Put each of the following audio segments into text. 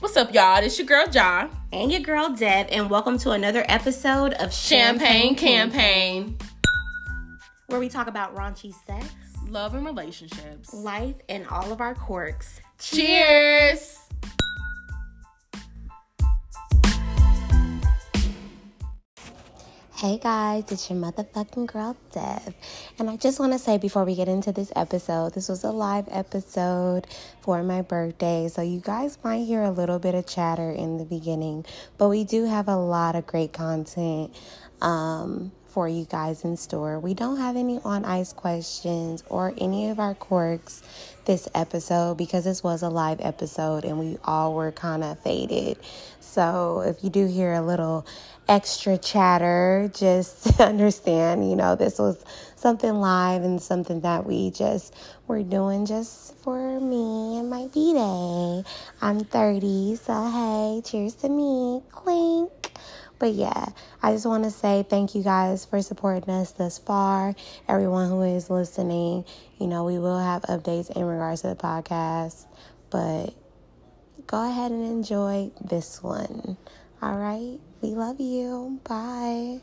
What's up, y'all? It's your girl Ja. And your girl Deb, and welcome to another episode of Champagne campaign. where we talk about raunchy sex, Love and relationships. life, and all of our quirks. Cheers. Hey guys, it's your motherfucking girl Deb. And I just want to say before we get into this episode, this was a live episode for my birthday. So you guys might hear a little bit of chatter in the beginning, but we do have a lot of great content um, for you guys in store. We don't have any on ice questions or any of our quirks this episode because this was a live episode and we all were kind of faded. So if you do hear a little extra chatter, just understand, you know, this was something live and something that we just were doing just for me and my B day. I'm 30, so hey, cheers to me. Clink. But yeah, I just want to say thank you guys for supporting us thus far. Everyone who is listening, you know, we will have updates in regards to the podcast, but go ahead and enjoy this one. All right. We love you. Bye.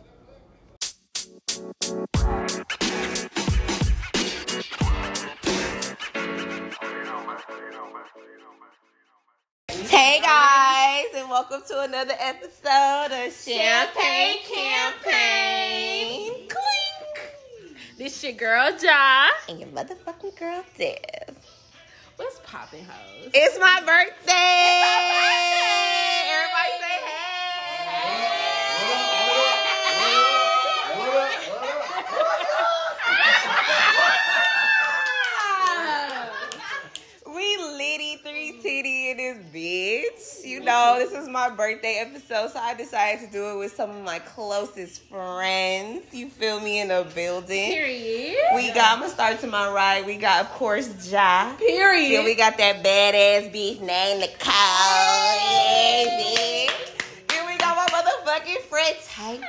Hey guys, and welcome to another episode of Champagne Campaign. Clink. This your girl Ja. And your motherfucking girl Deb. What's poppin', hoes? It's my birthday. Everybody say hey. We litty three titty in this bitch. You know, this is my birthday episode, so I decided to do it with some of my closest friends. You feel me in the building. Period. We got I'ma start to my right. We got of course Ja. Period. Then we got that badass bitch named Nicole. Yeah, bitch. Then we got my motherfucking friend Tay.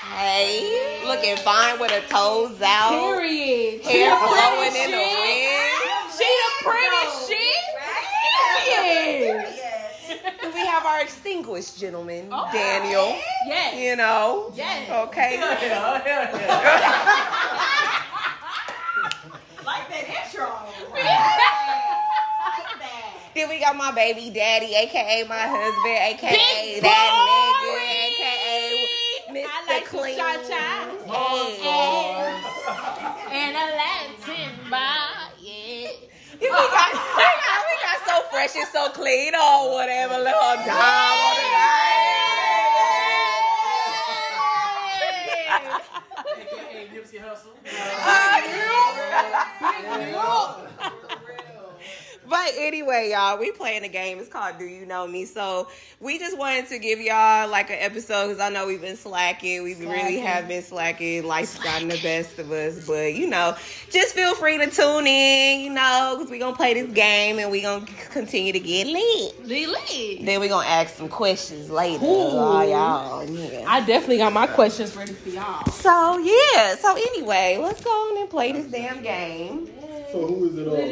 Tay. Looking fine with her toes out. Period. Hair She flowing pretty in the shit. wind. She the prettiest shit. Period. We have our extinguished gentleman, Oh. Daniel. Yes. You know. Yes. Okay. Then we got my baby daddy, aka my husband, aka Big that nigga, boy. aka Mr. I like some Clean. cha-cha. Hey. And a Latin bar, yeah. Then we got, we got we got so fresh and so clean or whatever, little dime on the Hey. AKA Nipsey Hustle. But anyway, y'all, we playing a game. It's called Do You Know Me? So we just wanted to give y'all like an episode because I know we've been slacking. We really have been slacking. Life's gotten the best of us. But you know, just feel free to tune in, you know, because we're going to play this game and we're going to continue to get lit. Lily. Then we're going to ask some questions later. Oh, y'all. Yeah. I definitely got my questions ready for y'all. So yeah. So anyway, let's go on and play this damn game. So who is it all on?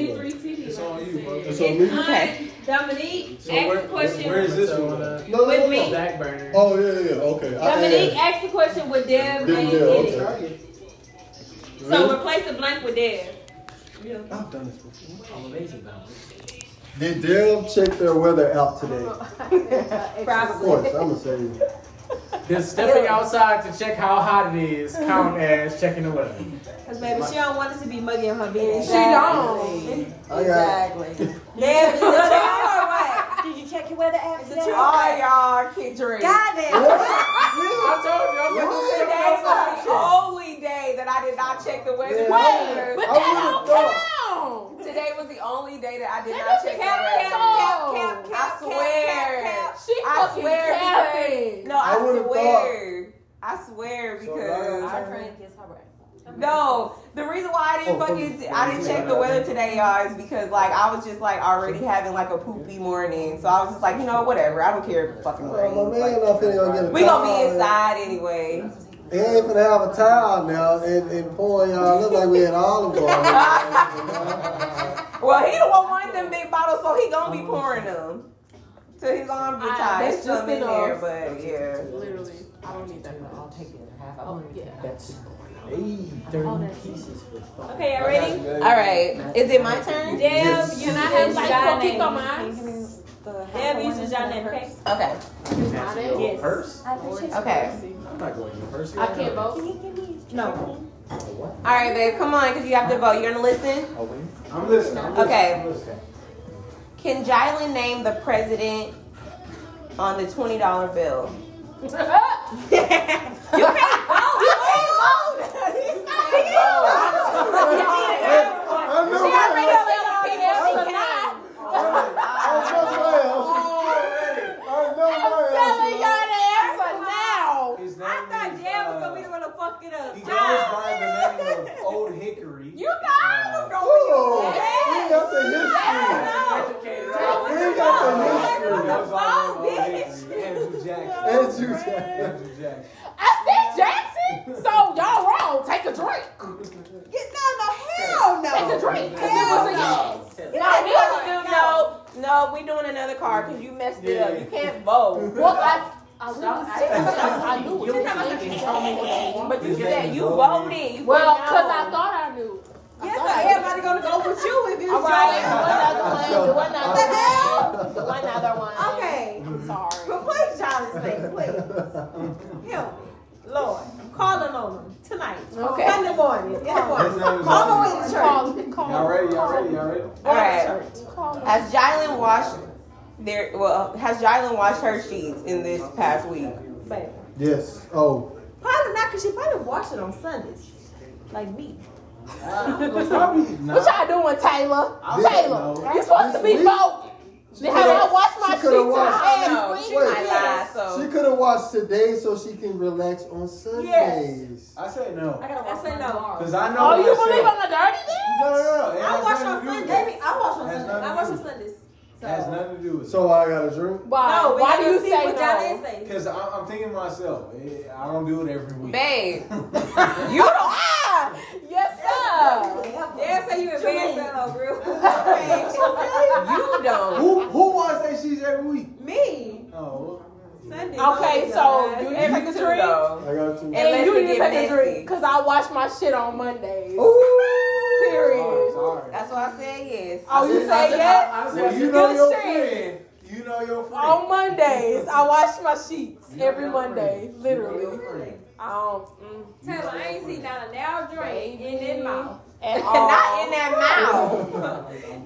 It's on you, bro. It's on me? Okay. Dominique, So ask where, the question. where is this one? Uh, No, no, With no, me. no. back burner. Oh yeah, yeah, yeah. Okay. I Dominique, asked. ask the question with Dev Didn't and do Diddy. it, okay. So Really? replace the blank with Dev. I've done this before. I'm amazing about it. Did Dale check their weather out today? Of Probably. course, I'm gonna say. Does stepping outside to check how hot it is count as checking the weather? Because baby, she don't want us to be muggy on her business. She don't. I got. Dev, is it what? Did you check your weather app today? All Oh, y'all can drink. I told you, I'm What? stepping That's outside. the only day that I did not check the weather. Yeah. But I would've thought. Oh, Today was the only day that I did That not bitch check the cap, weather. Oh. cap, cap, I swear. she I fucking swear. capping. because- No, I, I would've swear. I swear So y'all because. gotta turn it- No, the reason why I didn't Oh, fucking oh, I didn't check the weather today, y'all, is because like I was just like already having like a poopy morning, so I was just like, you know, whatever. I don't care if it fucking rains. Oh, my man, Like, I finna go get a we gonna be towel. inside anyway. They ain't finna have a towel now and, and pouring y'all look like we had olive oil. Oh, Well, he don't want one of them big bottles, so he gonna be pouring them. To So his arm I- retired. that's It's just just in there, enough. but yeah. Literally, I don't need that. I'll take it in half. I Oh, wanted to yeah. get that. Hey. Oh, Thirty that's- pieces for five. Okay, y'all ready? All All right. Is it my turn? Deb, Yes. you Can I said have like Johnny. coquito más? Deb uses Johnny, okay? Okay. That's your Yes. purse? Okay. I'm not going to your purse. I can't vote. No. What? All right, babe. Come on, because you have to vote. You're going to listen? Oh, wait. I'm listening. I'm listening. Okay. I'm listening. Can Jalen name the president on the $20 bill? you can't vote. You can't vote. It's not you. I know. She already that. voted. She cannot. I know my answer. now. His name I thought is, Deb was gonna be uh, the one to fuck it up. He goes John. by the name of Old Hickory. Uh, You know I was gonna Oh, Yes. we got the history. No. Educated, What right? the We got the fuck? history. That's all I know, Old bitch. Hickory. Andrew Jackson. And you said- Andrew Jackson. I said Jackson. So y'all wrong. Take a drink. Get no, no, hell Take a no. drink. 'cause it was a yes. Get No, that we have to card. do no. No, we doing another card because you messed it up. You can't vote. Well, I, I, literally said- I knew You it. can tell me what you want. But you His name said is you Old voted. You Well, voted because no. I thought I knew. Yes, sir. Everybody gonna go with you if All it's Johnny. right, do another one. Do What the another one. hell? Do another one. Okay. I'm sorry. But play John's name, please. Help me. Lord. I'm calling on him tonight. Okay. Sunday morning. In the His name morning. is Call Old him in the Hickory. church. Call, Y'all call, ready? Y'all ready? Y'all ready? All right. call. Has Jalen washed their well? Has Jalen washed her sheets in this past week? Baby. Yes. Oh. Probably not, because she probably washed it on Sundays. Like me. Probably What not. y'all doing, Taylor? This- Taylor, no. you're supposed to be This week? voting. She Then have I coulda- washed my she sheets coulda in the watched- Oh, past no. week? Wait. I lied. So She could have watched today so she can relax on Sundays. I said no. I gotta wash said my no. Because I know. Oh, you myself. believe I'm a dirty then? No, no, no. It I has wash nothing on to do with Sundays. I wash on Has Sundays. I wash nothing on to Sundays. that. Has nothing to do with So I got a drink. Why? No, Uh, Why do you see say what no? Johnny say? Because I'm, I'm thinking to myself, eh, I don't do it every week. babe, That's you don't. Ah, yes, sir. Dad say you advanced that on real. You don't. Who who wants their sheets every week? Me. Oh, Sundays. Okay, so do you Take take a a two, drink? though. I got two. And- Unless And you it need to take get a messy. drink because I wash my shit on Mondays. sorry, Period. sorry. That's why I said yes. Oh, you say yes? I, I Well, said, you know good your shit. friend. You know your friend. On Mondays, I wash my sheets You know every your Monday, friend. You know literally. your friend. I don't mm, Taylor, I ain't seen not a now drink in that mouth. at all. Not in that mouth.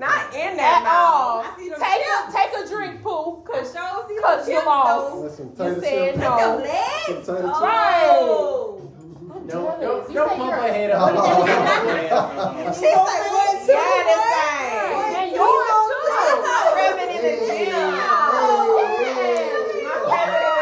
Not in that Oh. at all. mouth. I see them Take a, take a drink, Pooh, I cause sure see Cut them you chips, off. though. That's some you tight said shit. Your no. legs. Some tight shit. Oh. don't, You don't, say don't pump you're- her head up. Look Don't at pump that. her head up. She's like, what? two, Yeah, what? that's right. And What? yours That's not Hey, revenue. in the hey, gym. hey. My Yes. favorite in the gym.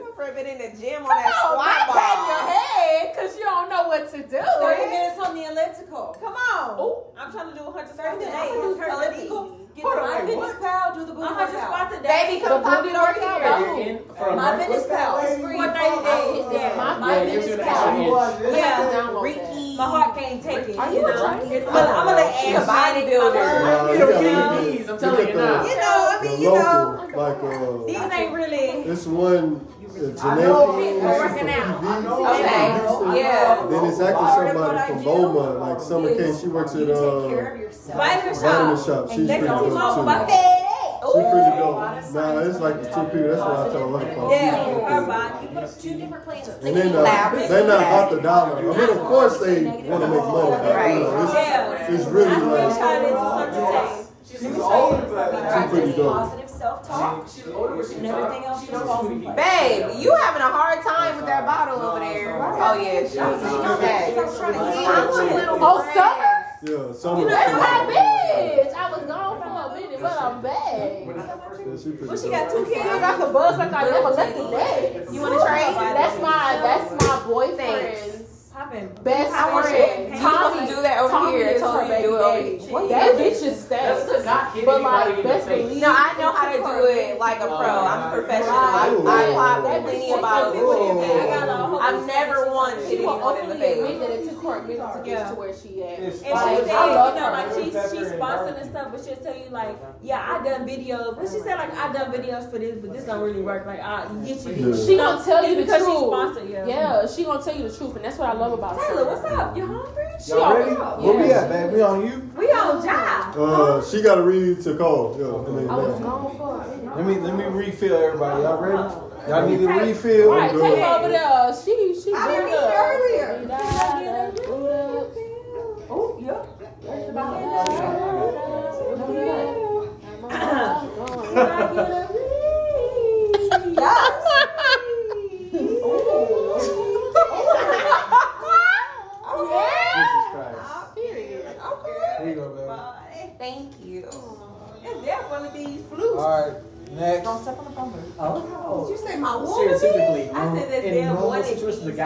My favorite in the gym on that Oh, squat my pat your ball. head, cause you don't know what to Thirty do. minutes on the elliptical. Come on. Ooh. I'm trying to do 130 minutes. minutes. I'm I'm gonna do elliptical. Get Hold the on, my wait, fitness pal. Do the booty 100 workout. squats a Baby, come pop it over here. You're in for a My month. fitness pal. It's free for 30 days. Yeah. My, Yeah, my it gives you business an extra pal. inch. Yeah. download Ricky. My heart can't take it. Are you a drunk? I'm gonna, I'm gonna let She a Ash manage my bodybuilder. life. Nah, You you don't got get the- these, I'm telling got you the- now. You know, I the mean, you know, local, like, uh, these ain't really. this one, uh, Janae, I know people this is working from out. EV, Okay, this is from yeah. Houston. Then it's actually somebody from Boma, like Summer K. She works at, uh, Why is your Vitamin shop? Shop. She's pretty Let's dope, go too. on my bed. She's pretty Ooh. dope. Nah, it's like the two people, that's what I told her. like, Yeah, she's her pretty body. You put two different plans. dope. And then, uh, they not about the dollar. I mean, of course they wanna make money, but, you know, it's, Yeah. it's really I'm like, really trying to Yes. do She's older, but she's pretty dope. Positive self-talk She's older, but she's and everything else just falls in place. Babe, you having a hard time with that bottle over there. Oh yeah, she's okay. See, I'm a little Oh, summer? Yeah, Summer. That's my bitch. I was gone for a minute, but I'm back. Yeah, she pretty Well, she dope. got two I kids. got the buzz like I never left the net. You wanna trade? That's my that's my boyfriend's Popping. best I want friend. Tommy- told me do that over Tommy here. is Told her me to do it over baby here. daddy. That bitch is That's stacked. to not hit But like, anybody in the best face. believe. No, I know how to do it like a pro. I'm a professional. I, I apply for plenty of bottles. I got a whole I've never once She hit will anyone in the openly admit face. that it took her a minute to get Yeah. to where she at. And she And Like, she I said, love you know, her. like she Pepper she's and sponsored and garlic. stuff, but she'll tell you like, yeah, I done videos, but she said like I done videos for this, but this don't really work. Like I get you. Yeah. this. She gonna tell you It's the because truth. she's sponsored. Yeah. Yeah, she gonna tell you the truth, and that's what I love about Taylor, her. what's up? You hungry? She Y'all ready? always Where we Yeah. at, babe? We on you? We on job. Uh, she got to read to call. Yeah, I mean, I man. was Oh, gone for. Let me let me refill everybody. Y'all ready? Y'all need to refill. Right, good. Taylor over there. She she I didn't good eat up. earlier. Da-da-da, good up. Oh, yep. Jesus Christ. Here you go, baby. Thank you. All right, next. Oh, You say my woman? Stereotypically, I said that's in damn normal wannabe. situations, the Oh,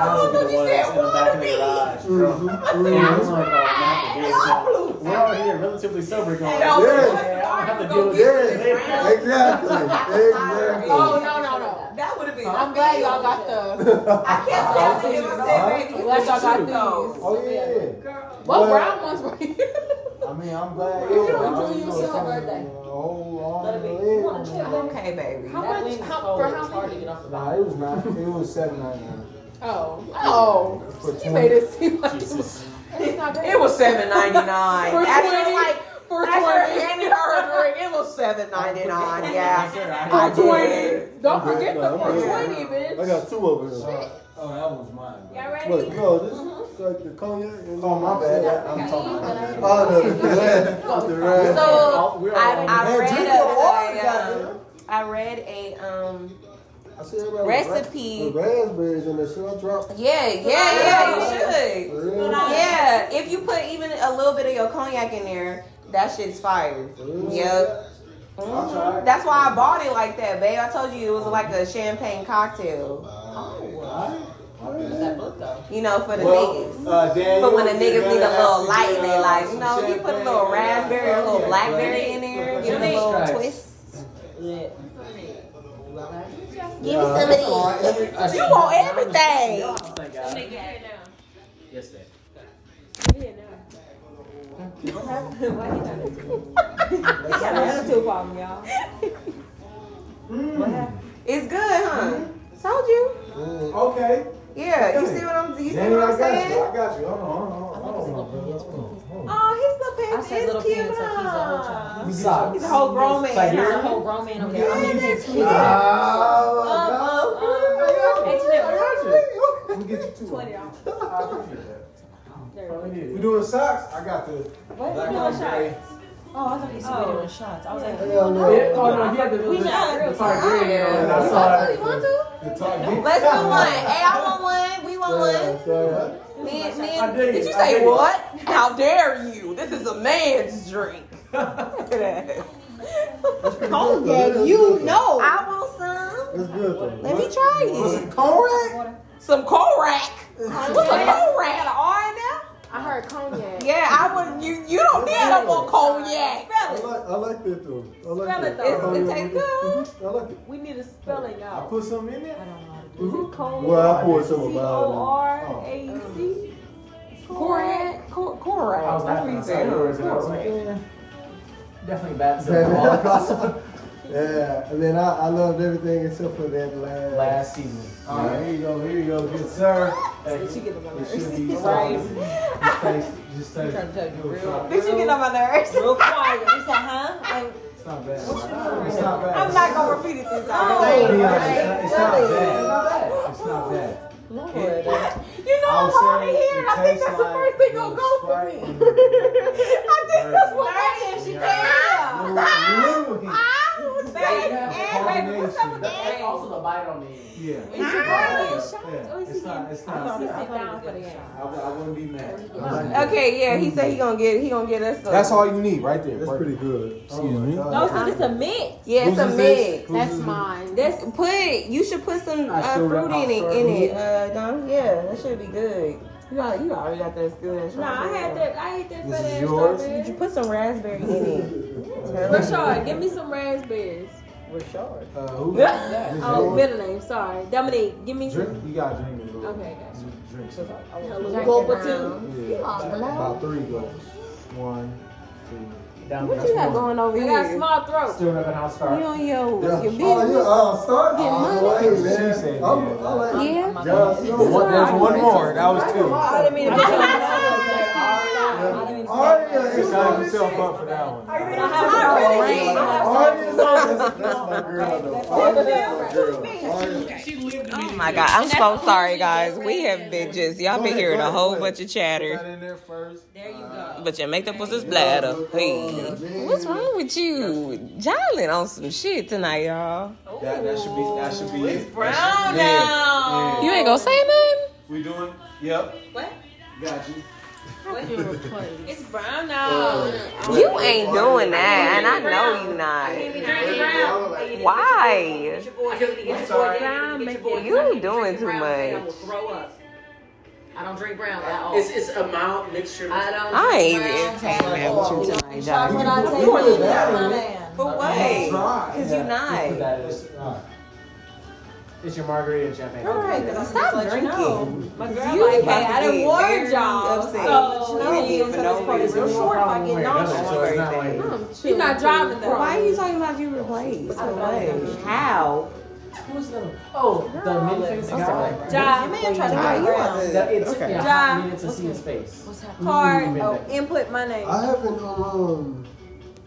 guys would be the ones in the back you said of the wannabe. garage. Mhm, drunk. And mhm. I'm like, oh, not the dudes now. We're out here relatively sober going. Hey, "Yeah, y'all I don't have to gonna deal with get this. this round. They- Exactly. Exactly. Oh no no no! That would have been. I'm glad y'all got the. I kept telling him, I said, baby, I'm you glad y'all got should go. these. Oh yeah. What brown ones were you? I mean, I'm glad. You yeah, don't I do was yourself gonna a say, birthday. uh, Oh, long Let it be. leg. You wanna chill, baby? Okay, baby. How much? How, for how many? Nah, it was not. It was seven ninety nine. Oh oh! You made it seem like it was. Jesus. It's not bad. It was seven ninety For nine. twenty. After like for after twenty. handed her a drink, it was seven ninety nine. I Yeah. said I For had to- twenty. Don't I'm good, forget no, the I'm for good. twenty, I bitch. got two over here. Uh, oh, that was mine. Y'all bro. ready? Look, no, this is like the cognac. and- Oh, my bad. I'm talking about that. Oh, no, the red. The red. So We're all I, on I Man, read drink a, your water, a, goddamn. um, I read a um I see everybody with ra- recipe. with raspberries in there. Should I drop? Yeah, yeah, yeah. You should. for real? Yeah, if you put even a little bit of your cognac in there, that shit's fire. For real? Yep. Mm-hmm. I tried. That's why I bought it like that, babe. I told you it was like a champagne cocktail. You know, for the niggas. Well, uh, Daniel, But when the niggas need a little light, in they like, you know, if you put a little raspberry, a little blackberry in there, give it a little twist. Give me some of these. You want everything. Thank God. Yes, Dad. He got an attitude problem, y'all. It's good, huh? Mm-hmm. Told you. Okay. Yeah, you see what I'm, you see Daniel, what I I'm got you. saying? I got you. Hold on, hold on, hold on, hold on. Hold on. Oh, his little pants is cute. huh? He's a He's a whole grown man. huh? Yeah, that's cute. Let me get you two. Twenty dollars. I appreciate Oh, that. We doing socks? I got the black doing and gray. Oh, Hell no. Yeah, oh no, he had the. we not the Targaryen on it. I saw it. The target. Let's do one. Hey, I want one. We want one. Yeah, so- Me, me, I dig did it. you I dig say it. what? How dare you? This is a man's drink. Look at that. Cognac, you know. I want some. That's good though. Let me try Was it. it Conrad? Some Korak. What's a Korak? An R in there? I heard cognac. Yeah, I would. You you don't need I don't want cognac. I Spell it. like, I like that though. I like Smell it, that. though. It- it tastes good. Mhm. I like it. We need a spelling I out. put some in there. Mhm. Cold. Well, I poured some of C mine. O R A C. Korak. Ko- Korak. I was That's what laughing you outside said. yours, and I was like, eh, definitely bad to Yeah, and then I, I loved everything except for that last. last season. All right, here you go, here you go, good sir. Hey, She get the one. it should be solid. Just taste, just taste. Bitch, you get on my nerves. Real quiet. You said, huh? Like, It's not bad. It's not bad. I'm not gonna repeat it this It's time. not bad. It's not bad. It's not bad. You know I'll I'm hard say of hearing. I it think tastes that's the like first thing gonna little go for Sprite me. and I think that's what Nerdy and she I am. Little- little- I would say, and baby, what's up with that? And also the bite on me. Yeah. Ah. Yeah, It's not, it's I'm not. gonna sit down for the game. I, wou- I wouldn't be mad. Okay, yeah, he said he gonna get he gonna get us. A, That's Oh all you need right there. That's pretty good. Excuse me? No, so this a mix. Yeah, it's a mix. That's mine. That's put. You should put some I uh, still got fruit in it. my In fruit. it, uh, Don. Yeah, that should be good. You al- you already got that still that Nah, I had that. I ate that This fat is ass yours? strawberry. You put some raspberry in it. Rashard, give me some raspberries. Rashard. Uh, who? Yeah. This Oh, yours? middle name. Sorry, Dominique. Give me some. Drink. You gotta drink it. Lil. Okay, gotcha. Drink. A little gulp or two. Yeah. About three goes. One, two. Down What there. you got going over I here? got a small throat. Still living house fire. You on your, Yeah. your Oh, business? yeah, uh, start. Oh, hey, man. She said, I'm, yeah. I like yeah. John Cena. One, there's one more. That was two. I didn't mean to put you on the spot. Yeah. Arya She is signed on. herself up for that one. I have really need- I have Arya is on. That's that's my girl. though. Arya is my girl. Arya- Oh my god, I'm so sorry, guys. We have been just y'all been hearing a whole bunch of Put chatter, that in there first. Uh, There you go. but your makeup was his bladder. Hey, what's wrong with you, Jalen? On some shit tonight, y'all. That, that should be. That should be it. Brown Yeah. now. You ain't gonna say nothing. We doing? Yep. What? Got you. It's brown now. You ain't doing that, and I know you not. Why? I'm sorry. You doing too much. I don't drink brown at all. It's it's a mild mixture. I don't. I ain't even talking with you tonight, Jalen. You in the bathroom? But wait, cause you Put not. that in. All right. It's your margarita and champagne. Stop drinking. My You girl, about like, hey, to I done get warned very y'all. upset. You So, no, didn't even so know this part we is real were short if I get Hmm. Nothing, so knocked. it's not like She's not driving though. Why are you talking about you replaced? What? How? who's gonna? Oh, the minifigs guy. Job, man, try to Nah, get you around. want That- to- It took me a Ja. hot minute to see his face. Card. Mm, Oh, input my name. I haven't, um,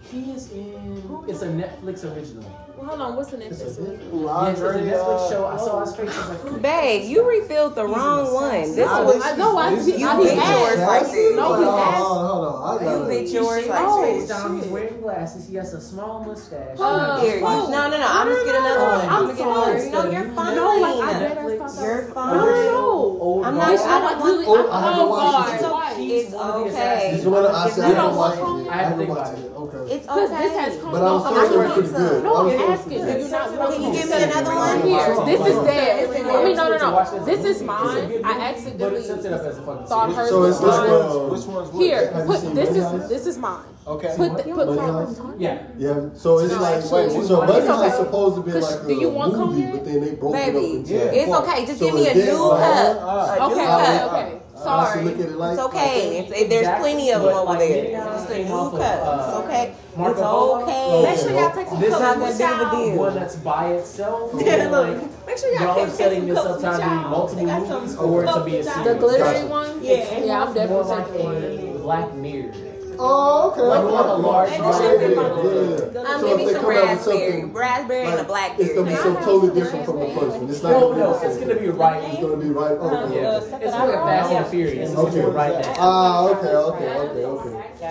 He is in. It's a Netflix original. Well, hold on, what's the it's next? a uh, episode? different Yeah, it's a library. Netflix show. I saw his face. I was like, Babe, you refilled the wrong one. This Nah, was this is- no, I- this is- I- you I- bit I- yours like That's- this. No, Hold he on, asked. hold on, I You Oh. gotta- bit yours like His this. face down. He's wearing glasses. He has a small mustache. Uh, Here, you- no, no, no. I'm just getting another one. I'm I'm gonna get another one. No, you're fine. No, You're fine. Old I'm Guard. not. I don't want to. Oh, I had to watch It's it. It's This okay. one I said I You had don't to want watch it. I I had to had to think watch about it. Okay. It's Because okay. this has come But I'm from- still I working can- pretty good. No, I'm I'm still asking. pretty Do you good. not want Can you to- give me another Right one? here. This is dead. It's in I mean, no, no, To watch no. This is mine. I But accidentally it's set up as a fucking thought series. hers So was it's this mine. one. Which one's which? Here, Have you put, seen this Money is Heist? this is mine. Okay. Put th- put Money Heist? Yeah. Yeah, so it's like, actually, wait, so it's Buddy's okay. like supposed to be Cause like a do you want movie, cognac? but then they broke it up Baby, into Yeah. it's parts. okay. Just So give me a it's dead, Oh, new like, cup. Uh, A new Okay, I- cup. okay, okay. I should Sorry. look at it like. It's okay. It's, it, there's plenty of them Exactly, but over like there. many of Just them a came new off of, cup. uh, It's okay. Marco It's Polo. okay. Make sure y'all take some It's not that big of a deal. One that's by itself. or Yeah, like, look. Make sure y'all Y'all are take setting some this up cups to of be y'all. They got multiple movies some or to cups be a of series. y'all. The glittery Gotcha. one. Yeah. yeah. I'm More definitely like taking one. a Black Mirror. Oh, okay. Like, like a large Yeah, variety. yeah, yeah. Um, So give if me they some come out with raspberry, something, raspberry and a like, blackberry. It's gonna be Can I something totally different from the first one. It's not No, gonna be no, the it's same. gonna be right. It's gonna be right. Okay. Oh, Yeah, it's like a Fast and Furious. It's Okay. gonna be right now. Ah, okay, okay, okay, okay.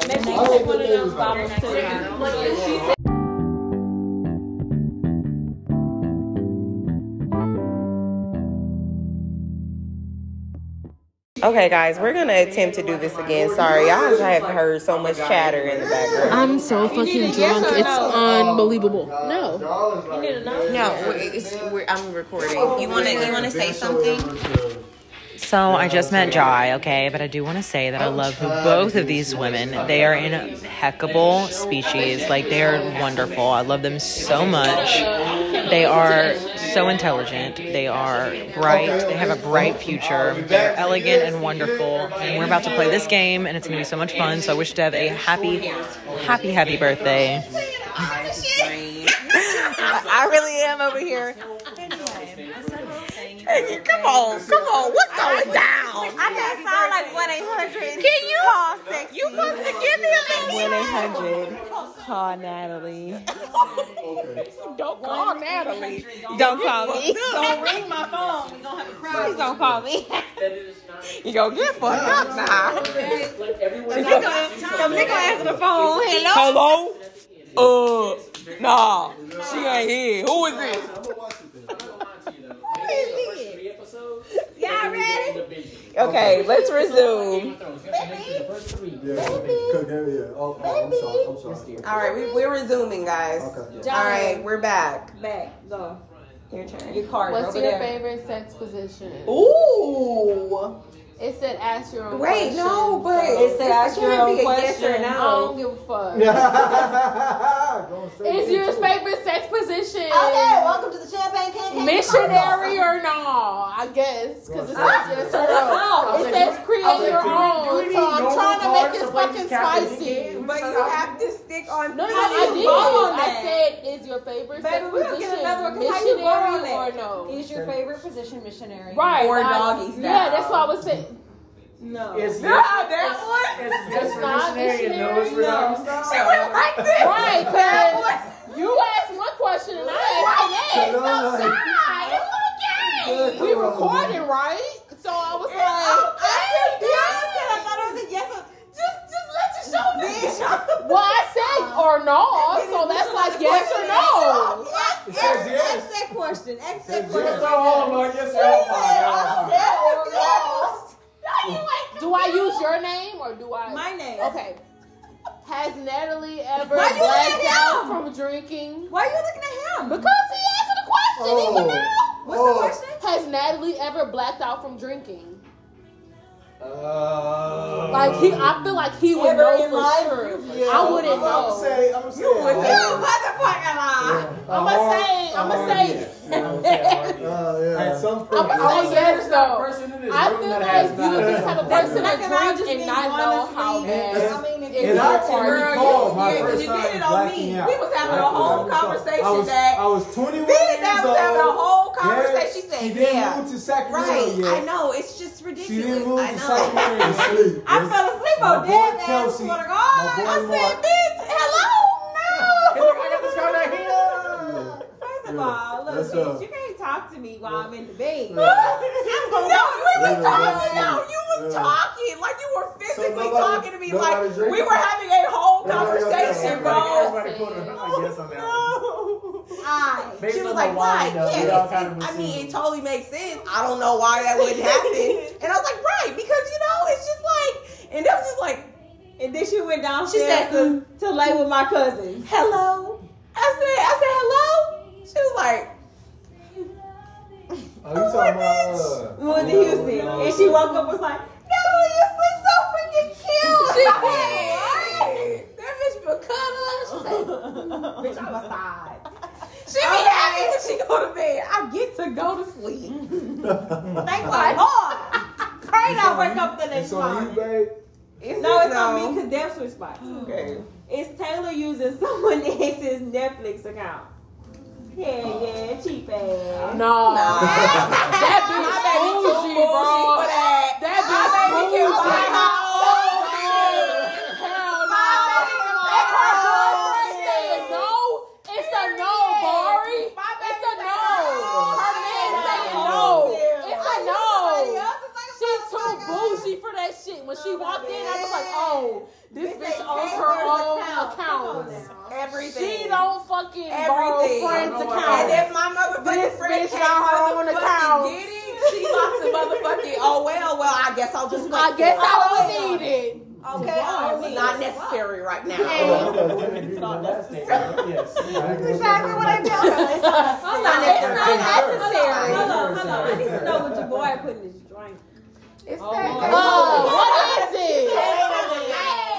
Make sure I you like take one of the them things bottles too. Okay, guys, we're gonna attempt to do this again. Sorry, I have heard so much chatter in the background. I'm so fucking yes drunk. or It's no? Oh, unbelievable. No. You need to know. No, it's, we're, I'm Oh, recording. You wanna, you wanna say something? So I just met Jai, okay, but I do want to say that I love both of these women. They are impeccable species. Like they are wonderful. I love them so much. They are so intelligent. They are bright. They have a bright future. They're elegant and wonderful. And we're about to play this game, and it's gonna be so much fun. So I wish Dev a happy, happy, happy birthday. I really am over here. Hey, come on, come on, what's going down? I just sound like one eight hundred. Can you call sexy? You must have give me a one eight hundred. Call Natalie. uh, Don't call Natalie. Don't call me. Don't ring my phone. We're gonna have a crowd. Please don't call me. You gonna get fucked up now? Some nigga answer the phone. Hello. Hello. Uh, nah, she ain't here. Who is this? Y'all ready? Okay, let's resume. Oh, All right, we, we're resuming, guys. All right, we're back. Back. Go. Your turn. Your card What's over your there. favorite sex position? Ooh. It said ask your own Wait, question. no, but so- it said ask It your can't own be a yes question. or I no. don't give a fuck. Oh, Going straight Is into your it. favorite sex position Okay, welcome to the champagne can. missionary or no? I guess because it says yes or no. It says create your own. So I'm trying to make it fucking spicy. But you have to stick on. No, no, how do I you did. vote on I that? said, is your favorite sex Baby, we don't get position another one 'cause how you vote on missionary or that? no? Is your favorite position missionary? Right. Or I- doggy style? Yeah, that's what I was saying. No. It's no, yes- that one. It's yes for not missionary and no is for missionary. doggy She was style. like this. Right, That because one. you asked one question and I asked the next. Hello. I'm sorry. It's okay. We recorded, right? So I was It's like, okay, yes. I thought it was a yes. or- Just, just let your show me. well, I Uh-huh. said or no, so that's like yes or no. Ask, It ask, says yes. ask that question. Ask that Says You can question. throw all of them, yes or no. Oh, that was yes. Do I use your name or do I? My name. Okay. Has Natalie ever Why you blacked looking at out him? from drinking? Why are you looking at him? Because he answered the question. He's a girl. Oh. What's oh. the question? Has Natalie ever blacked out from drinking? Uh, Like he, I feel like he would Ever know in for life, sure. yeah, I wouldn't I'm gonna know. Say, I'm gonna say, uh, you You motherfucker lie. I'm gonna say, I'm gonna say, Uh, yeah. At some I'm point, gonna say yes though. person in this I room feel that has like not. you would be kind of That's person not that drink gonna just and be not know how honestly- bad. I mean, it if you is And I for can you. recall my you, first you time did it on blacking me. out. We was having a Blacking whole out. conversation I was, that. I was Then 21 years that old. was having a whole Yeah, conversation. She she said, didn't yeah. move to Sacramento Right. yet. I know. It's just ridiculous. She didn't move I to know. Sacramento yet. Sleep. I fell asleep on My dead ass. boy Kelsey. Swear to God. My boy I said, Mark. bitch, hello? No. I got this girl down here. First of Yeah. all, look, That's, bitch, uh, you can't talk to me while I'm in the bed. no, we Yeah. was talking. Yeah, that's No, it. you was Yeah. talking like you were physically nobody- talking to me. Like nobody drinking? we were having a whole Nobody got that conversation, one, bro. Everybody put a a yes on that one. No. I. Based she was on like, the why? wine, though, we Yeah, all kind of it's- I mean, assumed. it totally makes sense. I don't know why that wouldn't happen. and I was like, right, because you know, it's just like, and that was just like, and then she went downstairs she said, to, to lay with my cousins. Hello. I said, I said, hello. She was like, Oh, you talking about? Uh, we went to Houston. and she woke up and was like, Natalie, you sleep so freaking cute. She did. That bitch been cuddling. She said, bitch, I'm aside. She be happy when she go to bed. I get to go to sleep. Thank my Lord. Pray I wake up the next It's on you, morning. babe. No, it's on me because that's switch spots. Okay. It's Taylor using someone else's Netflix account. Yeah, yeah, cheap ass. No, that bitch bougie, bougie, bro. for that. That My baby bitch can bougie. buy her own shit. hell My no. baby can If buy her her own girlfriend shit. said no, it's a no, Bari. My It's baby a can no. buy her own Her shit. man saying Her no. own shit. It's a Why you no. somebody else's like a She's too motherfucker? bougie for that shit. When she Oh, my walked in, I was like, bad. oh, this This bitch ain't owns her Taylor's own account. Come on accounts. now. Everything. She don't fucking Everything. borrow friends' I know I And accounts. if my motherfucking This friend bitch got can't her own motherfucking account. get it, she lost the motherfucking, oh well, well, I guess I'll just wait. I guess for it. Oh, I would need it. Okay, oh, it's not necessary right now. Hey. Yes. Exactly what I tell her. It's not It's not necessary. necessary. Hold on, hold hold on. I need to know what your boy put in his drink. It's Oh, what is it?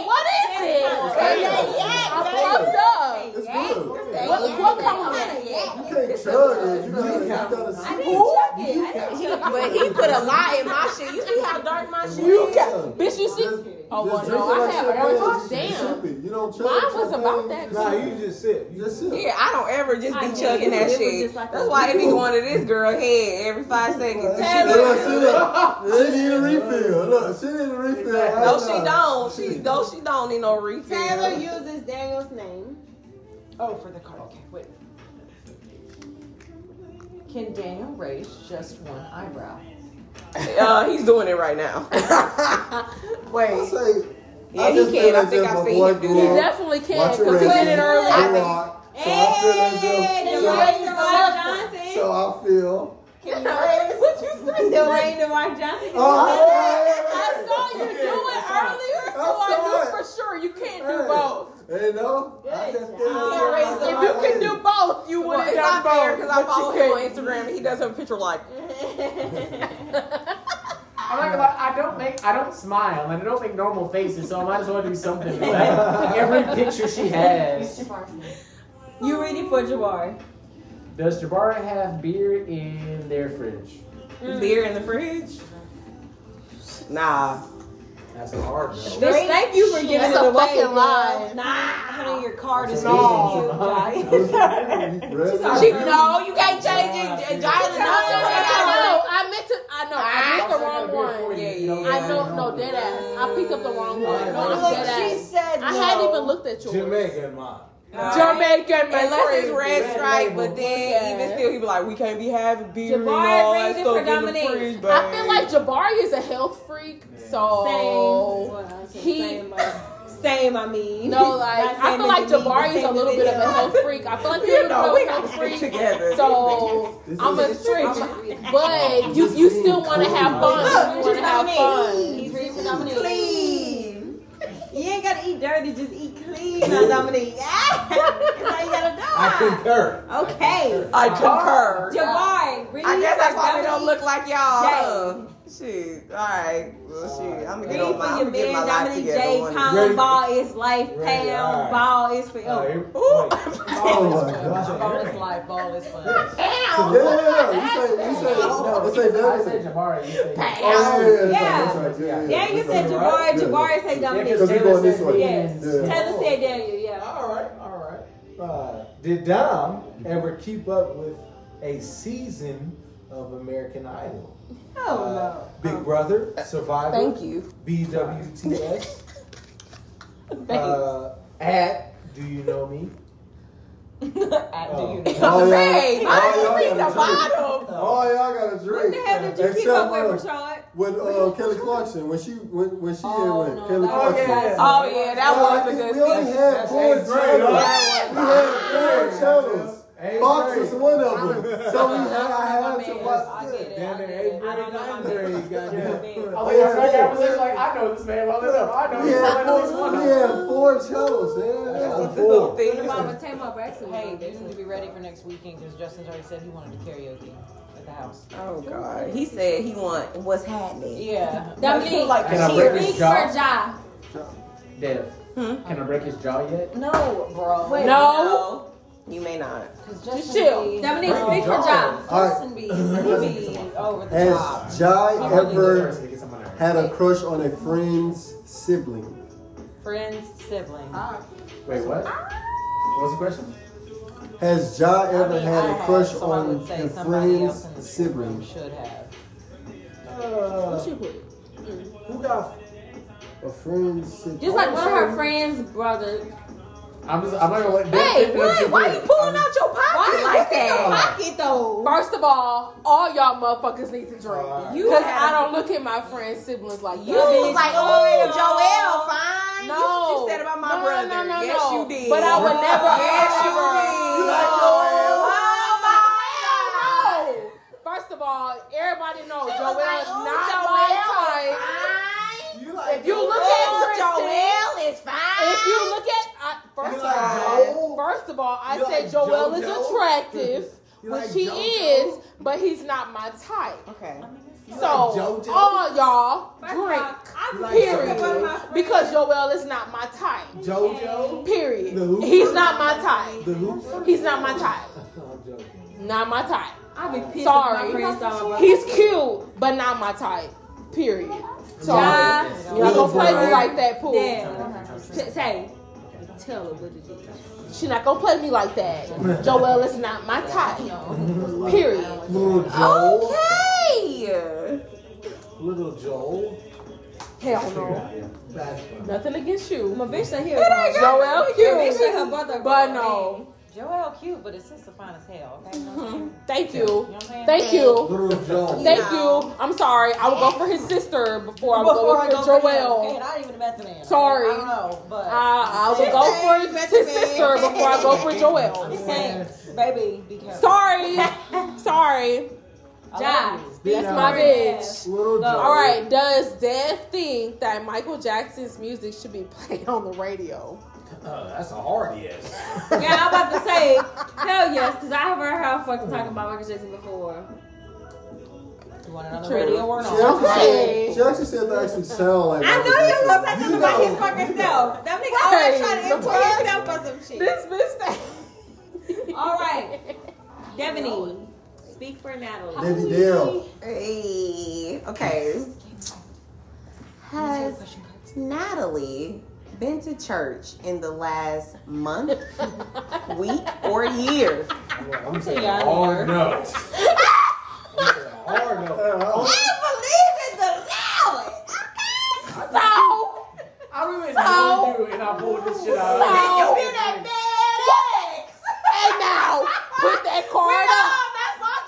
What is it? Damn. I fucked up. It's good. What, what comment? You can't chug it. You gotta, you gotta sip it. But he put a lie in my shit. You see how dark my shit You is? can't. Bitch, you see? Oh, well, Just drink no, I it like have champagne. allergies. Just Damn. sip it. You don't chug Mine was champagne. about that Nah, you just sit. You Just sip. Yeah, I don't ever just be chugging that shit. That's why it be going to this girl head every five seconds. Yeah, Look, Taylor. she look. She need a refill. Look, she need a refill. right No, she now. don't. She no, she don't need no refill. Taylor uses Daniel's name. Oh, for the card. Okay, wait. Can Daniel raise just one eyebrow? Uh, he's doing it right now. I Wait. say, Yeah, I he just can. feel I as think if I my seen boy him do grew that. up- Definitely can. Watch your Because he did it resume. earlier. He I think- rock. So I feel as if. So I feel. What you say? Dwayne the Rock Johnson. I saw you do it earlier, so I knew for sure you can't do both. Hey, no. I just feel job. as if. If you can do both, you would have It's done not fair both. because I but follow you him on Instagram and he does have a picture like. couldn't. I'm not gonna lie, I don't make, I don't smile, and I don't make normal faces, so I might as well do something. Like, every picture she has. You ready for Jabari? Does Jabari have beer in their fridge? Beer in the fridge? Nah. That's a hard no. Bitch, thank you for giving That's it a away. fucking girl. lie. Nah, honey, your card is No. being used, Jai. Red She, light. no, you can't change it. Jalen, no, I know. I meant to. I know. I picked the wrong one. I know. No, dead ass. I picked up the wrong one. No, I'm Look, she dead ass. said I no. hadn't even looked at yours. Jamaican mine. Jamaican, my Unless it's friend. red stripe, but Okay. then even still, he be like, we can't be having beer and Jabari all that reason stuff in the predominates. fridge, babe. I feel like Jabari is a health freak, so Same. he- Same, like, same, I mean. no, like Not I saying feel like that you mean Jabari the is a same little as bit of a him. health freak. I feel like he's a you little know, we bit of a got health to get freak. together. So I'm a strict, but you you still want to have fun. You want to have fun. He's ready to dominate. Clean. You ain't gotta eat dirty, just eat clean, Clean. not dominate. Yeah. That's how you gotta do I it. concur. Okay. I concur. Jabari, read I guess that's for why we don't dominate. look like y'all. Jay. huh? Shoot. All right. Well, shoot. I'm gonna Read get on my, for I'm your gonna get my man, life Dominique together. J. one day. Pound ball is life, Ready, pound alright. ball is Oh, forever. here- wait. Oh my god. That's life, ball is fun. Yeah, yeah, yeah. You say, you say, no, let's say I that. said Jabari. You say Oh, yeah, Yeah. that's right, that's right, Yeah, you that's said right. Jabari. Yeah. Jabari said Dominique. Because we going this way. Yes. Yeah. Taylor said Daniel, yeah. All right, all right. Uh, did Dom ever keep up with a season of American Idol? Uh, Oh, Big Brother, Survivor, Thank you. BWTS, uh, at Do You Know Me? no. Oh. Oh, yeah. Hey, Oh, I need yeah, the that's right. bottle. Oh, y'all got a What drink. the hell did you keep Except up with, for- Rashad? With uh, Kelly Clarkson, when she when when she Oh, had went no, Kelly that Clarkson. was nice. Oh yeah, that Well, I was a think good We only season. had four eighth channels. grade, We huh? had four Eighth channels. grade. Fox was one of them. So we I had, I don't had know to my watch man. I this. get it. Damn it, I get eighth it. I grade, don't know my ninth man. grade, goddamn. Oh, I was like, I was like, I know this man well enough. I know We this had man well four, enough. we had four channels, man. That's four. Your mama came up, actually. Hey, they need to be ready for next weekend because Justin's already said he wanted to karaoke at the house. Oh god. He said he want what's happening. Yeah. Dominique, Like, Can I she break this speaks jaw? for Ja. Dev, Hmm? can I break his jaw yet? No, bro. Wait, No. You may not. Because Just Justin chill. be- Dominique, Bro, speak for dog. Ja. All right. Justin be, he be over the top. Has Jai I'm really ever Get some on there. had a crush on a friend's sibling? Friends, sibling. Wait, what? What's the question? Has Jai I ever mean, had I a have, crush so I on would say a somebody else in the friend's sibling? Should have. Uh, who got A friend's sibling. Just like one of her friends' brother. I'm just, I'm not gonna let. Hey, Dev pick it up what? too Why quick. you pulling out your Why pocket you like like that? that? Pocket though. First of all, all y'all motherfuckers need to drink. Alright. You, cause I don't look at my friends' siblings like you. No, like, oh, Joel, fine. That's what you said about my no, brother. No, no, no, yes, no. you did. But I would never. Yes, you ever- did. You like Joel? Oh, my No. God. First of all, everybody knows She was Joel's like, oh, not Joel, my type. fine. you like? If you look Oh, at Kristen, Joel is fine. if you look at, I, first You of like all, Joel? first of all, I You said like Joel is JoJo? attractive, You which like he JoJo? is, but he's not my type. Okay. So oh, JoJo? all y'all First of all, drink. I'm Like Period. One of my friends- Because Joel is not my type. JoJo? Period. The who? He's not my type. The hooper? He's not my type. I'm joking. Not my type. I've been pissed Sorry. Sorry. my friends saw He's cute, but not my type. Period. Sorry. my Y'all gonna play me like that, Pooh. Yeah. T- Say, tell her what it is. She not gonna play me like that. Joel is not my type. Period. Little Joel? Okay. Little Joel? Hell no. That's fine. Nothing against My you. bitch said here. Joel Bitch said her cute, brother. but no. Mm-hmm. Joel cute, but his sister fine as hell. Okay. You know what I'm saying? Thank you. You know what I'm saying? Thank you. Little Joel. Thank you. I'm sorry. I would go for his sister before I would Before I go go for for him, Joel. okay, and I ain't even a Bethany. okay? Sorry. I don't know, but I, I would go for his sister before I go for I'm Joel. saying, baby, be careful. Sorry, sorry. I Jai. love you. That's my bitch. Little Joel. All right. Does Dev think that Michael Jackson's music should be played on the radio? Uh, that's a hard yes. Yeah, I'm about to say hell yes, because I have heard her fucking talking about Michael Jackson before. You want it on the radio or She not? actually, said, she actually said they actually sound like. I Michael knew you was gonna say Jackson. something about his fucking self. That nigga always trying to import himself on some shit. This bitch. All right, Devaney, speak for Natalie. Debbie Dale. Hey, okay. Has Natalie been to church in the last month, week, or year? I'm saying hard no. I'm saying hard no. I don't even know what to do, and I pulled this shit out. So- Hey now, put that card up.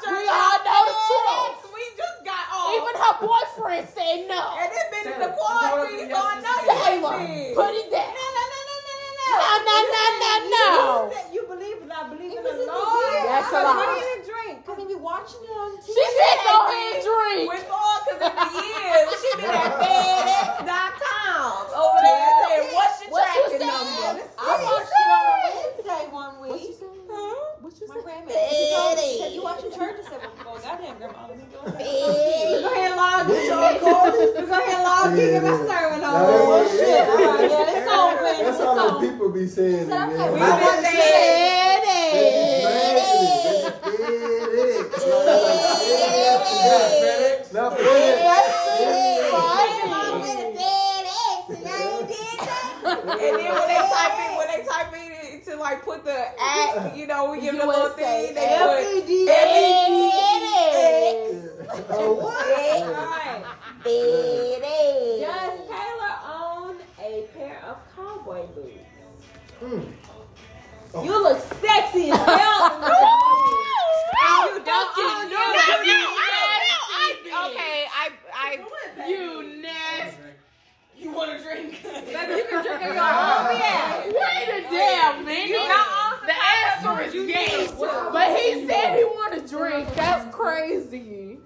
We all know the truth. Even her boyfriend said no. Taylor, put it down. No, no, no, no, no. You believe it, I believe in the Lord. That's a I'm lie. ready to drink. Cause he be watching it on TV. She said go ahead and drink. With all cause of the years, she been at FedEx.com over there saying, what's your What you tracking said? number? I I watched it on Wednesday one week. What you My grandma, she told me, she said, you watching church? I said, well, goddamn, grandma. we go ahead and log in. We go ahead and log in and get my sermon on. Yeah. Well, shit. All right, yeah, it's over. That's It's how over. those people be saying. it, man. Sometimes we They been saying be mad at it. They be mad at it. Now, for that, And then when they type in, when they type in it to like put the at, you know, we give them a little thing. They put E yeah. Oh, what? Does Taylor own a pair of cowboy boots? You look sexy as hell. in them. you don't own your boots. Okay, I, I, you nasty. Baby, you can drink in your own yeah. Oh, Wait a damn minute. the answer is yes. But he said he want to drink. That's crazy.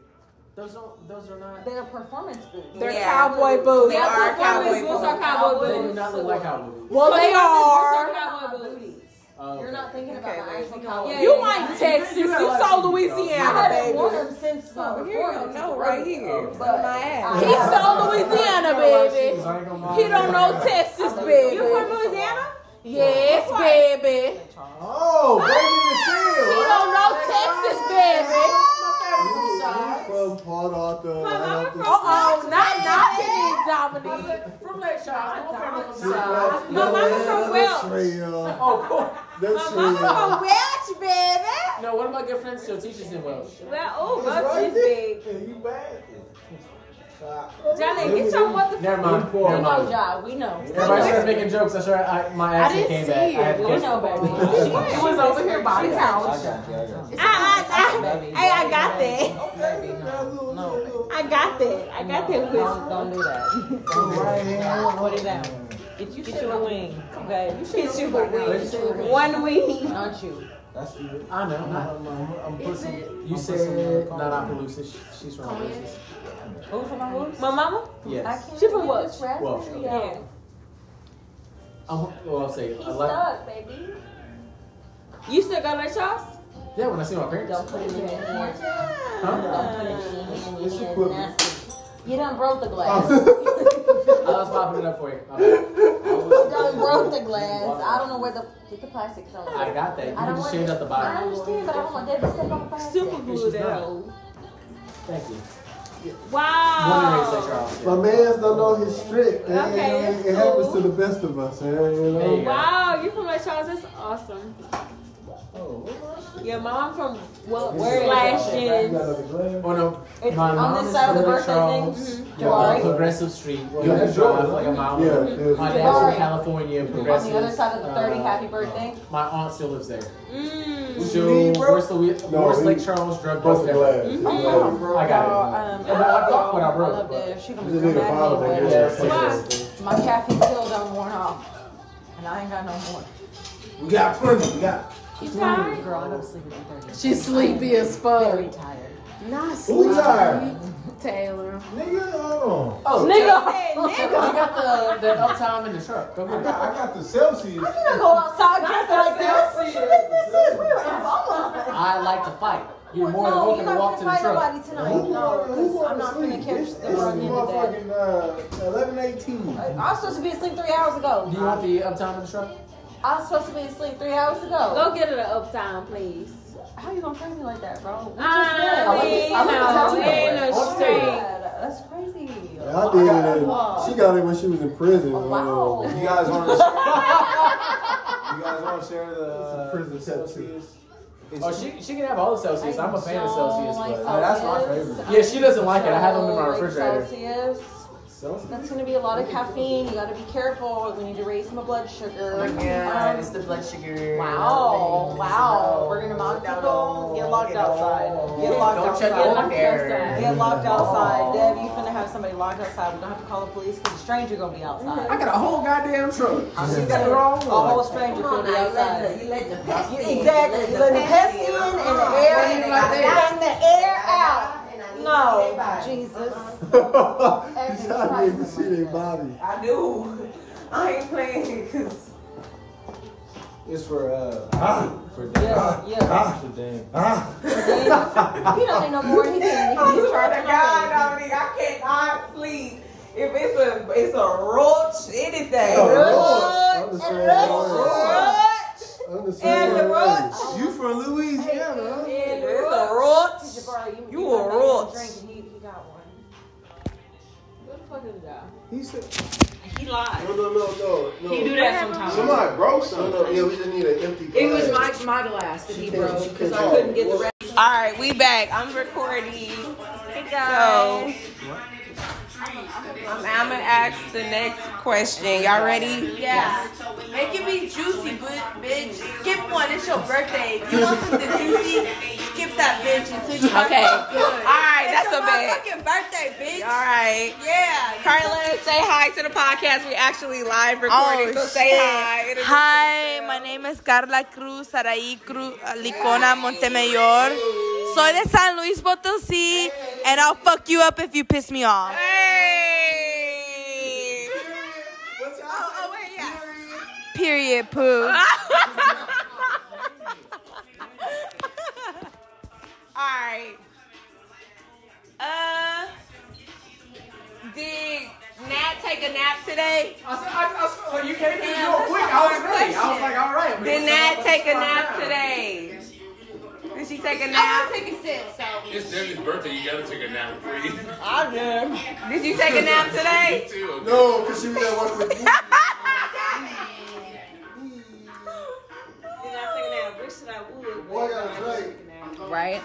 Those don't. Those are not. They're performance boots. They're Yeah. cowboy boots. They are cowboy cowboy boots. Are cowboy They do boots. not look like how we Well, they are. Cowboy booties. Oh, You're okay. not thinking about the actual cowboy. Yeah, You yeah, might Texas. You You realize so you- Louisiana, I've worn baby. them since my Here you performance. know right here. Oh. But my ass. He so Louisiana, baby. I ain't gonna lie. He don't know Texas, baby. You from Louisiana? Yes, baby. Oh, He baby, don't know Texas, baby. the seal. You From Port Arthur. right up the- Uh-oh, not knocking it, Dominique. From that child, I'm from the She from side. mama's from Welch. Trail. Oh, cool. That's I'm from trail. Welch, baby. No, one of my good friends still teaches in Welsh. Well, oh, It's Welch right is there. big. You bad. Johnny, get your motherfucking. Never mind. Never No, mind. Ja, we know. Everybody started making jokes. I sure I, my accent came back. I had to We catch know, it. baby. She was over here by the couch. I, Ah, I, I, hey, I got that. No. I got that. I got that Don't, whistle. don't do that. Put it down. Get you, get you a wing, okay? Hit you with What'd you weed. say? One weed. Not you. That's you. I know. Not. I'm pushing. You said not Opelousas. She- She's from Opelousas. Who from my hood? My mama? Yes. She from Welch. Welsh. Yeah. I'm, Oh, well, I'll say. I He's like, stuck, baby. You still go to Charles? yeah, when I see my parents. Don't put it in here. Huh? Don't put it in It's here. equivalent. Nasty. You done broke the glass. Oh. I was popping it up for you. I- You done broke the glass. I don't know where the get the plastic from. I I got that. You I can don't just want shave it. out the bottom. understand, but I don't want that to step on the plastic. Super she's glue that not. old. Thank you. Born and raised at Wow. Charleston. My man's don't know his trick. and- Okay, and that's it happens cool. to the best of us. eh, You know? There you go. Wow, you from West Charles? That's awesome. Yeah, my mom from well, Where is slash it? You got Jennings. another glass? Oh no, It's my on mom this is side of the from birthday Charles, thing? yeah, Jabari? Progressive Street. Well, you have that's to drive Jordan. like a mile. Yeah, away. there's- my dad's from Jabari. California. On Progressive. the other side of the 30, uh, happy birthday. My aunt still lives there. Mm. So bro? where's the wheel- No, where's we- Lake Charles drug Broken bust? everywhere. glass. I got it. Um, Yeah, but I got what I wrote, love but- that. She gonna You come need a bottle back of anyway. Yes, it. yes, yes. My caffeine pill done worn off, and I ain't got no more. We got plenty. We got. You tired? Girl, I go to sleep at 30. She's sleepy as fuck. Very tired. Not Who's sleepy. tired? Taylor. Nigga, hold on. Oh, Nigga. Hey, we nigga. got the, the uptime in the truck. Go I get got, I got the Celsius. I go outside dressed like this. Celsius. it. I like to fight. You're more than no, welcome you're to not walk finna to the find truck. nobody tonight. Who No, going- who 'cause going I'm to not sleep? finna catch It's, the it's wrong end of that. motherfucking uh, eleven eighteen. I was supposed to be asleep three hours Do ago. you want the uptime of the truck? I was supposed to be asleep three hours ago. Go get her the uptown, please. How you gonna treat me like that, bro? We just I met. mean, I would've told no, you we ain't that. no straight. Oh God, That's crazy. I did it. in- She got it when she was in prison. Wow. Uh, You guys want to share? you guys want to share the It's a prison the tattoo. Celsius? Oh, she she can have all the Celsius. I'm a fan of Celsius, but Celsius. that's my favorite. yeah, she doesn't like it. I have them in my refrigerator. Celsius. Celsius. That's gonna be a lot of caffeine. You gotta be careful. We need to raise my blood sugar. Um, the blood sugar. Wow, wow. We're gonna mock people. Get locked outside. Get locked Don't check outside. your locker. Get locked outside. Deb, you finna have somebody locked outside. We're gonna have to call the police because a stranger gonna be outside. I got a whole goddamn truck. She's got the A wrong whole one. stranger Come on gonna be now, you let outside. the, you let the pest You- in. Exactly. You let the pest in and the air Ain't in. like that. And the air out. And I need No, everybody. Jesus. I didn't even see their body. I do. I ain't playing. 'cause- It's for uh, ah, for Dan. Yeah, yeah. Ah, for Dan. Ah. He don't need no more. He can. I He can swear charge to God, my Dominique, I cannot sleep. If it's a, it's a roach, anything. Oh, Roach. Roach. Understand the Roach. word. Understand the word. You from Louisiana? baby. If And it's Roach. a roach. Jabari, You you a got roach. nothing to Drink and he, he got one. What the fuck is that? He said. He lied. No, no, no, no, He do no. that sometimes. Somebody broke something. No, no, yeah, we just need an empty glass. It was my, my glass that he can't- broke she because I can't- couldn't get the Well, rest. All right, we back. I'm recording. Hey So guys. I'm, I'm gonna ask the next question. Y'all ready? Yeah. Make it be juicy, but bitch. Skip one. It's your birthday. If you want something juicy, skip that bitch until you Okay. All Good. right, It's that's your a bet. motherfucking birthday, bitch. All right. Yeah. Carla, say hi to the podcast. We actually live recording, Oh, so say hi. Introduce Hi, yourself. my name is Carla Cruz, Saraí Cruz, Licona Montemayor. Soy de San Luis Potosí, and I'll fuck you up if you piss me off. Hey. Oh, oh, wait, yeah. Period, poo. All right. Uh, did Nat take a nap today? I said, I, I, said, like, you came in real quick. I was ready. I was like, all right. we Did can Nat talk take a about nap now. today? Did she take a I'm nap? gonna take a sip, so. It's Debbie's birthday. You gotta take a nap before you eat. Did you take a nap today? too. okay? No, because she was at work with me. Did I take a nap? Wish that I would. Boy, I got a drink. Right.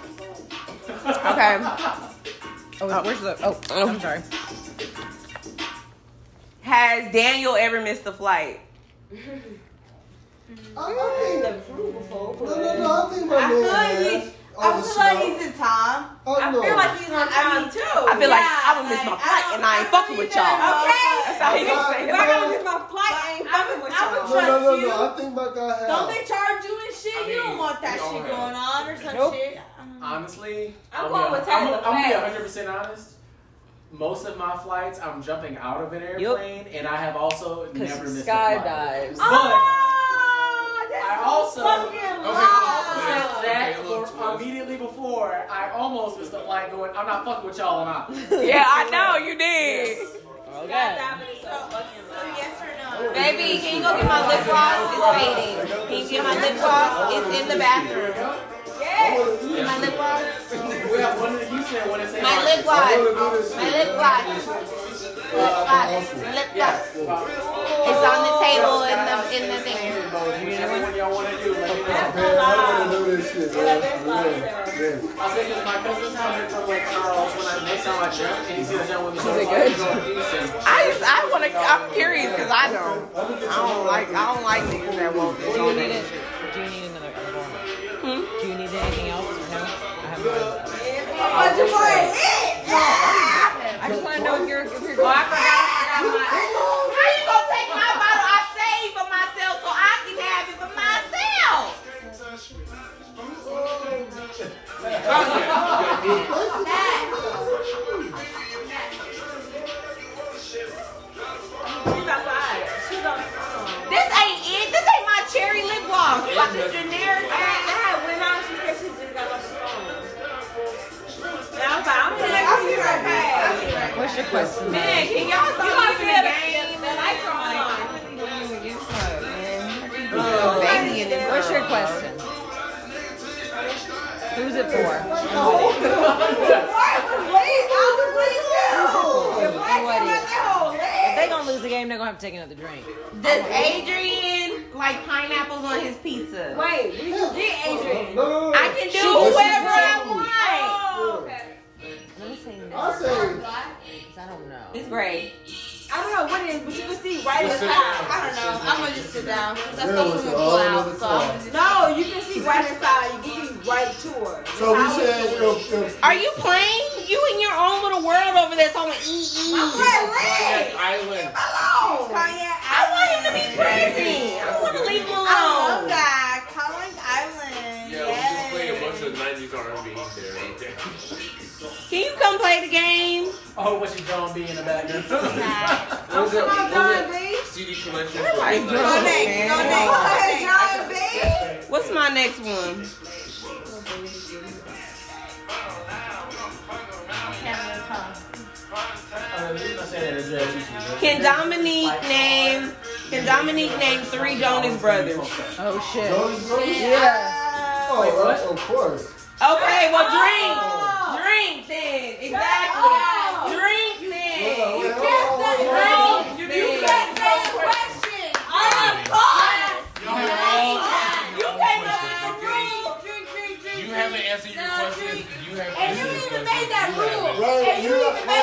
Okay. Oh, where's the? Oh, I'm sorry. Has Daniel ever missed a flight? I, I think, before. no, no, no, I think my I man feel like has. he- I feel like he's in time. Oh, I no. feel like he's on time too. I feel like I would miss my flight and I ain't fucking with y'all. Okay. That's how he was saying. If I gotta miss my flight, I ain't fucking with I would- I No, no, would trust no, you. no. I think my guy has. Don't they charge you and shit? I mean, you don't want that we all shit have. going on or some Nope. shit. Honestly, I'm I'm going gonna- I'm with Taylor gonna- I'm gonna be 100 Fast. percent honest. Most of my flights, I'm jumping out of an airplane, and I have also never missed a flight. Skydives. But Oh, that's I also- fucking Okay, lie. look, that okay, look, or- immediately before, I almost missed a flight. Going, I'm not fucking with y'all. I'm out. Yeah, I know you did. Skydiving is so fucking lie. Baby, can you go get my lip gloss? It's fading. Can you get my lip gloss? It's in the bathroom. My lip gloss. we have one in Houston and one in St. My lip Marcus. gloss. My My lip gloss. Lip gloss. Lip gloss. Yes. Uh, It's on the table in the in the thing. whichever one y'all want to do, let me know. Man, I want to know this shit, man. Yeah. Yeah. I said, because my cousin's coming from like Charles when I next time I jump, and he sees a young woman. Is it good? I just I want to. I'm curious because I don't. I don't like. I don't like niggas that won't Hmm? Do you need it? Do you need another edible? Do you need anything else? No. I have mine. But your boy, I just want to know if you're if you're going. I forgot. I forgot my- How you gonna take my bottle? I saved for myself so I can have it for myself. she's outside. She's on. This ain't it. This ain't my cherry lip gloss. What the generic? I, I had went out. She said she just got off the phone. what's your question? Man, can y'all stop looking at the- the lights are on. What's your question? Who's it for? If they gonna lose the game, they're gonna have to take another drink. Does Adrian like pineapples on his pizza? Wait, we should get Adrian. I can do She- whoever I she- want. Oh, okay. Let me see. I say- I don't know. It's gray. I don't know what it is, but you can see right Just inside. sit down. I don't know. I'm gonna just sit down because I saw someone Oh, pull out. So I'm gonna just no, you can see right inside. You can see right to her. So we said if, if Are you playing? You in your own little world over there talking about E ee ee. My boy, Lee. Island. Alone. I want him to be crazy. I don't want to leave him alone. I love that. College Island. Yeah, we just played a bunch of 90s R&B there. right there. Can you come play the game? Oh, what's your John B in the background? What was it? Come on, What John was B. it? CD collection. Like, Like, go next, go next, go next. John B. What's my next one? Can Dominique name? Can Dominique name three Jonas brothers? Oh shit. Jonas Brothers? Yeah. Oh, uh, of course. Okay, well drink, drink then. Exactly. Drink then. You can't say drink. You can't say question. Oh, of course. You can't say drink. Drink, drink, drink. You haven't answered your question. You have And you answered even your question. made that You rule. haven't.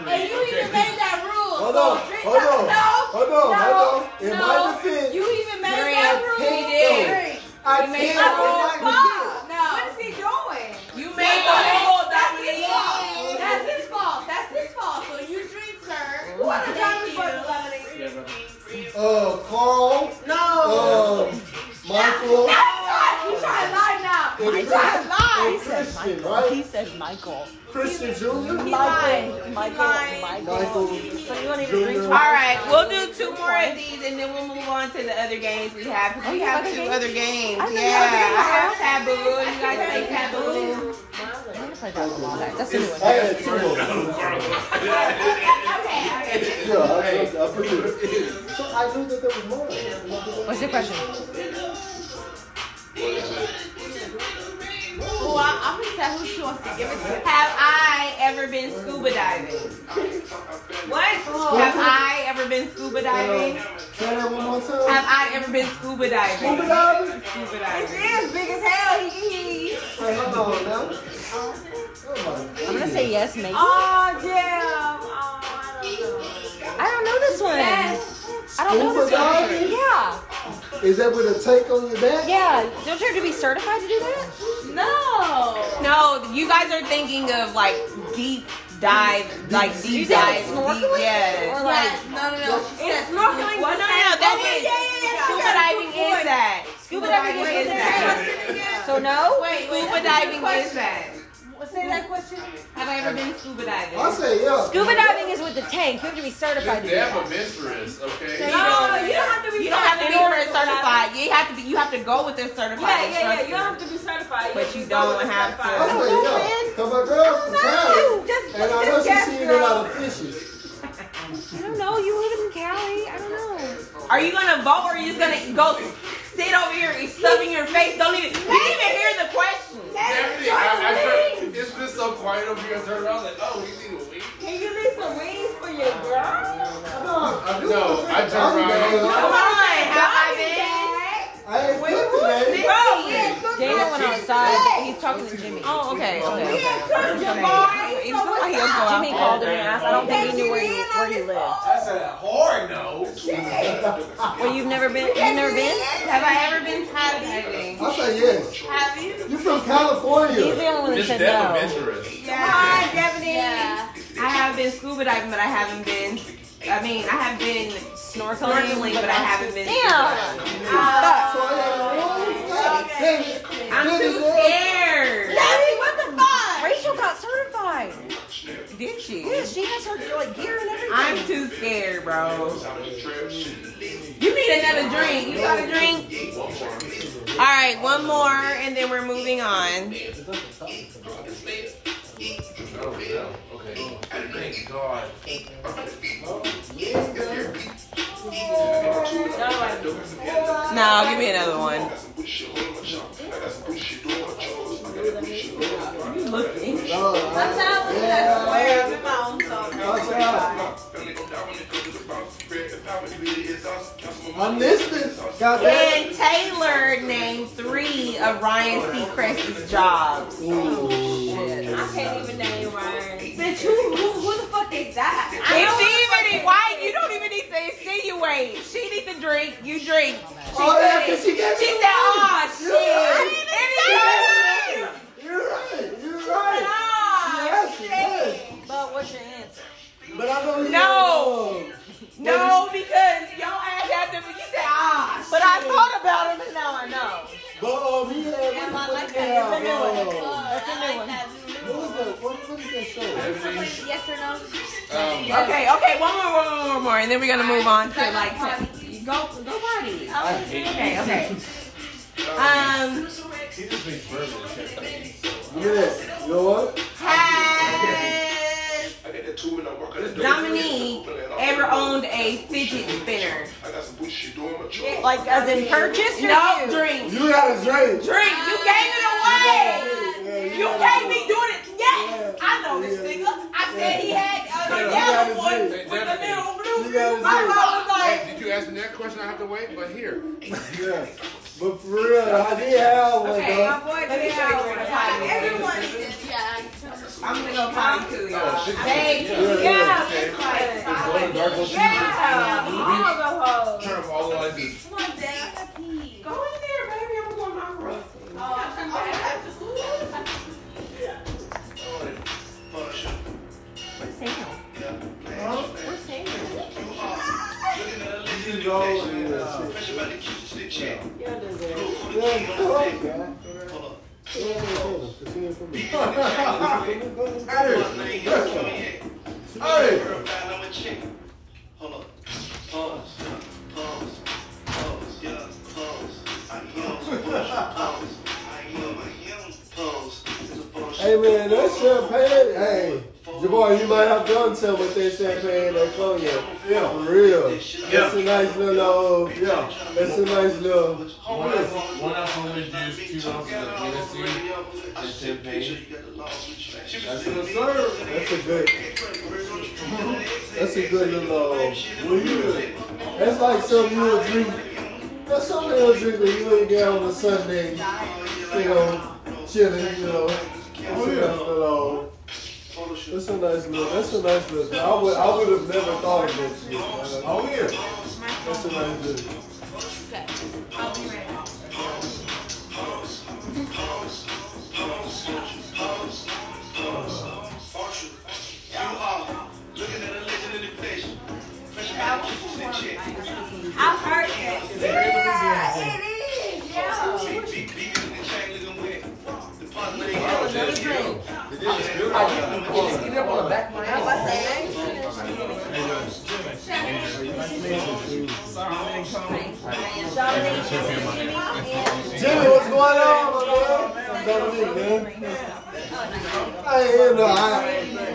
And you even made that rule. And you even made that rule. Hold So on, drink hold up- on, hold on, hold on. In no, my no, defense, You even made Drink. that rule. He did. Drink. I You made can't that go rule. back Fuck. No. What is he doing? You That's made the his- rule, That's his Dominique. fault. That's his fault. That's his fault. So you drink, sir. What a Thank Johnny you. Brothers, Dominique. uh, Carl. No. Um, Michael. Now you try. You try to lie now. He You try to lie. said Michael. Right? He said Michael. Christian Jr. He lied. Michael. Jr. All right, we'll do two more of these and then we'll move on to the other games we have. 'cause we have two other games. I know you Yeah, have other games. I have taboo. You guys That's play taboo. a new one. I had two of them. Yeah, I, I, I put it. So I knew that there was more. What's your question? Well, I- I'm gonna tell who she wants to give it to. Have I ever been scuba diving? What? Have I ever been scuba diving? Say that one more time. Have I ever been scuba diving? Scuba diving? Scuba His diving. ears big as hell. He. Wait, hold on now. Oh my I'm gonna say yes, maybe. Oh damn. Oh, I don't know. I don't know this one. Yes. I don't know this Scuba one. diving? Yeah. Is that with a take on your back? Yeah. Don't you have to be certified to do that? No. No, you guys are thinking of like deep dive, like deep dive, deep, yeah. Or like No, no, no. It's It's snorkeling. Well, no, no, no, that Oh, is scuba diving is that. Scuba diving is that. so Oh, no? Wait, scuba diving is that. Say that question. Have I ever been scuba diving? I say yeah. Scuba diving is with the tank. You have to be certified to do Damn that. adventurous, okay? No, you don't have to be. You don't have to be first certified. certified. You have to be. You have to go with a certified Yeah, yeah, yeah. instructor. You don't have to be certified. But just you go don't with have certified. Oh, I say yeah. Cause my girl's from Cali, Just, and I know just she's yes, seen a girl. lot of fishes. I don't know. You live in Cali. I don't know. Are you gonna vote or are you just gonna go sit over here and stuff in your face? Don't even. You didn't even hear the question. Definitely, I, I turned, it's been so quiet over here. I turned around like, oh, we need a week. Can you leave some wings for your girl? I do No, I turned I'm around. down. Come on, have I been? I ain't cooked today. Dana went outside. He's talking to Jimmy. Oh, okay, okay. okay. Jabari. So what's up? Jimmy called him and asked. I don't think he knew where you where you live. That's a hard no. Well, you've never been. You've never been. Have I ever been scuba diving? I say yes. Have you? You from He's the California? only one that Just said damn no. adventurous. Yeah. Come on, Devin. I have been scuba diving, but I haven't been. I mean, I have been snorkeling, but I haven't been. scuba diving. Damn. So I got a room. Hey, I'm too scared. Daddy, what the fuck? Rachel got certified. Did Yeah, she? she has her like gear and everything. I'm too scared, bro. You need another drink. You got a drink? All right, one more, and then we're moving on. no, no. Okay. Thank God. No, give me another one. Sometimes I swear I'm in my own zone. I'm listening. Can Taylor name three of Ryan Seacrest's jobs? I can't even name Ryan. Bitch, who, who, who the fuck is that? If she even need, why you don't even need to insinuate. She needs to drink. You drink. She Oh, yeah, said- 'cause she gave she me said, "Oh one." shit." You're right. I didn't say You're right. You're right. "Oh, Yes, shit." yes. But what's your answer? But I don't even No. know. No, because your ass had to. You said ah, but I thought about him and now I know. But um, he had Am I like that? that? It's a new one. Yeah, That's a new one. What was that? What, what is that show? Yes or no? Okay, okay, one more, one more, one more, and then we're gonna move on to like go go party. Oh, Okay, okay. Um, He just makes bourbon shit. Look at that. You know what? has Dominique ever owned a fidget spinner? Like as in purchase? No, drink, You got a drink. drink. You gave it away. You can't be doing it. Yes, I know this nigga. I said he had a yellow one with the little blue. My mom was like. Did you ask me that question? I have to wait, but here. Yeah. But for real, I did have one, Okay, though. my boy Let me show you where the potty is. Everyone I'm gonna go potty too, y'all. Oh, shit. Thank you. Yeah, Yeah, yeah. it's like- Golden Dark Ocean. Yeah, all the hoes. Turn up all the lights. It's Come on, Dad. Go in there, baby. I'm going my room. Where's Sam? Where's Sam? Hey man, that champagne. Hey, Jabbar, you might have done something with that champagne that cognac. Yeah, for real. Yeah. It's a nice little. Uh, yeah. It's a nice little. One ounce, one ounce of orange juice, two ounces of Hennessy, and champagne. That's what's up. That's a good. That's a good little. Uh, when you, that's like something you would drink. That's something you'll drink when you ain't down on a Sunday. You know, chilling. You know. That's a nice little. That's a nice little. That's a nice little. I would. I would have never thought of that shit. Oh yeah. That's a nice little. I've heard that. Yeah, it is. Yeah. Get it up on the back of my Jimmy, what's going on, my man? Dominique, man. I, you know, I,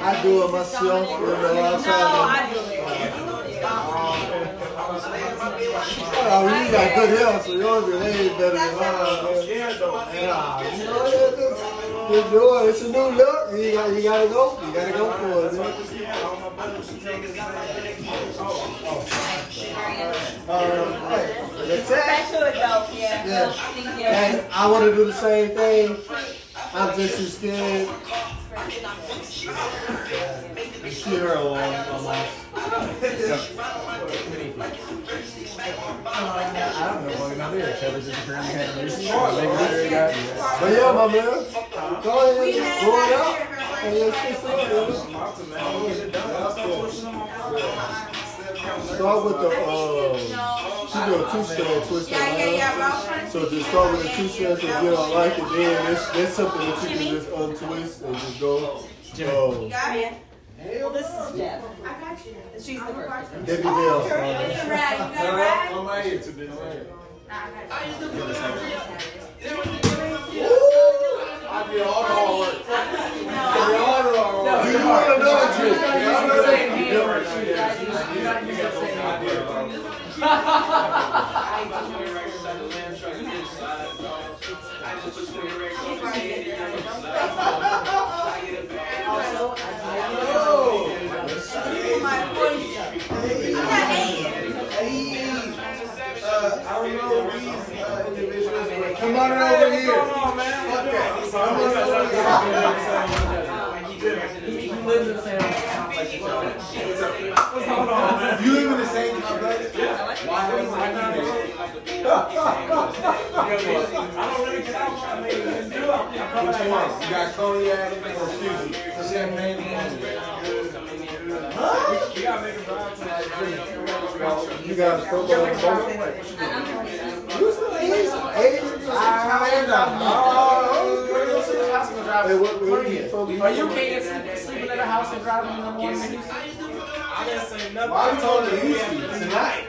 I do it myself. You know, I try to. Oh, you got good health, so yours is way better than mine, man. Yeah, you know, yeah, just- just do it. It's a new look. You got, you gotta go. You gotta go for it, man. Uh, hey, that's it. Special adult, yeah. Yeah. I think, And yeah. I want to do the same thing. I'm just as good. Sure, I don't know. But yeah, my man. Go ahead. Go it up. And let's get started. Start with the, uh, she do a two-step twist. Yeah, yeah, yeah, Ralph Lauren. So just start with the two strands and get on like it. Then that's, that's something that you can just untwist and just go. Oh, Got it? Well, this is Jeff. I got you. She's the first. Debbie It's a rag. Dale. You got a rag? On my ear. Today. I uh, I did all the hard work. I did all the hard work. want another drink. uh, Come on over here. Fuck that. Come on over here. You live in the same complex? Why don't you Which you want? You got cognac or fusion? Champagne or cognac? You got a football on both ways. You still Asian? Asian? Oh, Hey, what- what do you get? Are you okay sleep- sleeping at a house and driving in the morning? I didn't say nothing. Why you told the Houston tonight?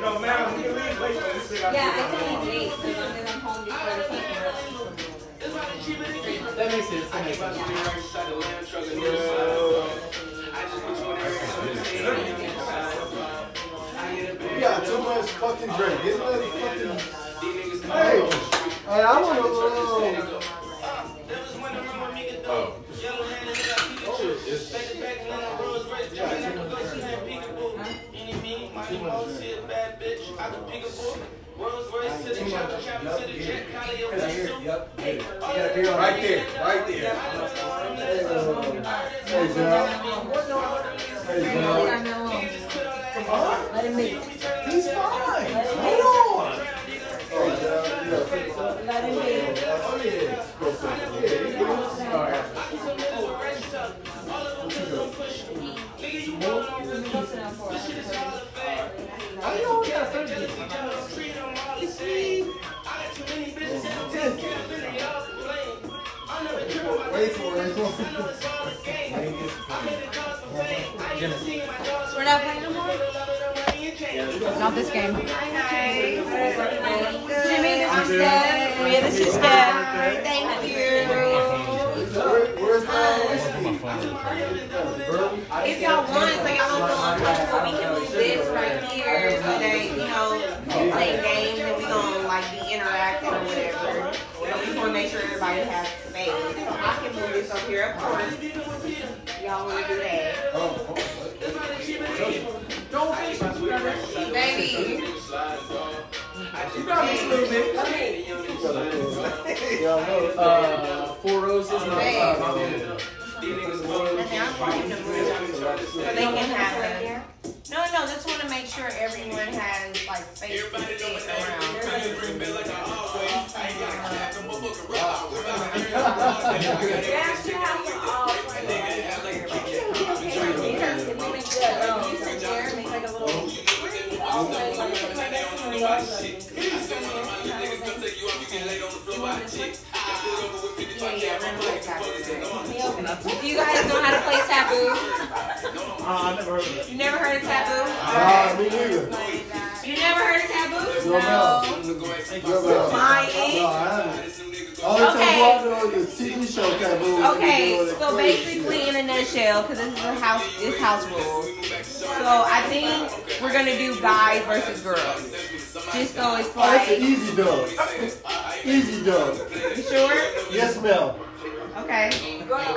No matter, we can leave late for this thing. Yeah, I can't wait so long as I'm home before the fucking That makes sense. That makes sense. You got too much fucking drink. Get another fucking. Hey, hey, I want a little. Right there, right there. Hey, Gerald. Hey, Gerald. Let him eat. He's fine. Hold on. Hey, Gerald. Yeah. Let him eat. Oh, yeah. I know we got surgery. Wait for it. We're not playing no more? Not this game. Jimmy, this is Steph. Maria, this is Steph. Thank you. If y'all want, so y'all don't feel uncomfortable, we can move this right here so that, you know, we can play games and we gonna like be interacting or whatever. So we just wanna make sure everybody has space. I can move this up here, of course. Y'all wanna do that. Don't finish my sweater. Baby. You got me sleeping. Uh, four roses. No, uh, So they can have it. No, no, just want to make sure everyone has like space to sit around. Yeah, she has them all planned out. Everybody. Yeah, you sit there, make like a little- Yeah, yeah, we're gonna play taboo. Do you guys know how to play taboo? You never heard of taboo? Ah, me neither. You never heard of taboo? Your mouth. Your mouth. Lying. No, I ain't. All the time you Okay. out there on your TV show taboo. Okay, so basically, in a nutshell, because this is a house, this house rules. So I think we're gonna do guys versus girls, just so it's Oh, that's like, an you easy dub. Easy dub. sure? Yes, ma'am. Okay.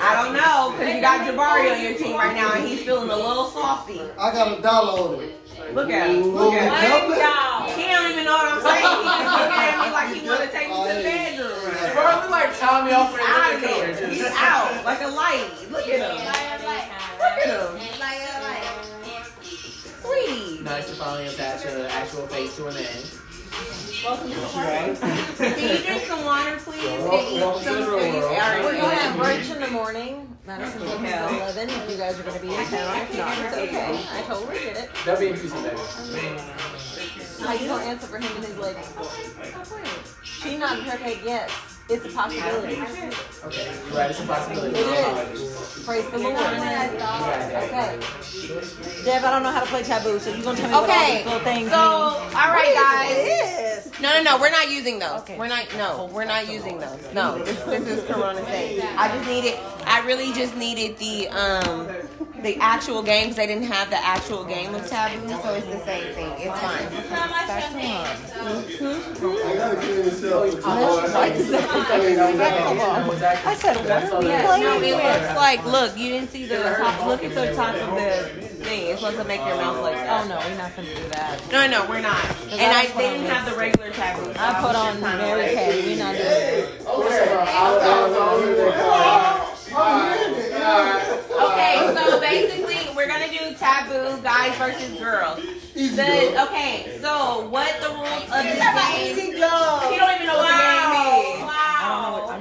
I don't know, because you got Jabari on your team right now, and he's feeling a little saucy. I got a dollar on it. Look at him. Look at him. He don't even know what I'm saying. He just looking at me like he want to take me to the bedroom. Bro, we like Tommy off He's out of there. He's out like a light. Look at him. Look at him. Sweet. Nice to finally attach an actual face to a name. Welcome to the Can you drink some water, please? And eat some food. We're Alright, going to have brunch in the morning. Madison will be Okay. 11 if you guys are going to be in town. If not, it's okay. I totally get it. That'd be interesting, baby. Like, you don't answer for him and he's like, oh, what's up, wait?" She nodded her head yes. It's a possibility. Okay, you're right. It's a possibility. It is. Praise the Lord. Okay. Dev, I don't know how to play taboo, so you're gonna tell me what all Okay. these little things So, all mean. right, What guys. is this? No, no, no. We're not using those. We're not. No, we're not using those. No, this, this is Corona safe. I just needed. I really just needed the um the actual games. They didn't have the actual game of taboo, so it's the same thing. It's fine. I gotta clean this up. for tomorrow. I said, what are we No, playing it with? looks like. Look, you didn't see the top. Look at the top of the thing. It's supposed to make your mouth like that. Oh no, we're not gonna do that. No, no, we're not. And I they didn't have the regular taboo. so I put was on just kinda Mary like- Kay. We're not doing that. Okay, so basically, we're gonna do taboo guys versus girls. The, okay, so what the rules of this game? He don't even know what the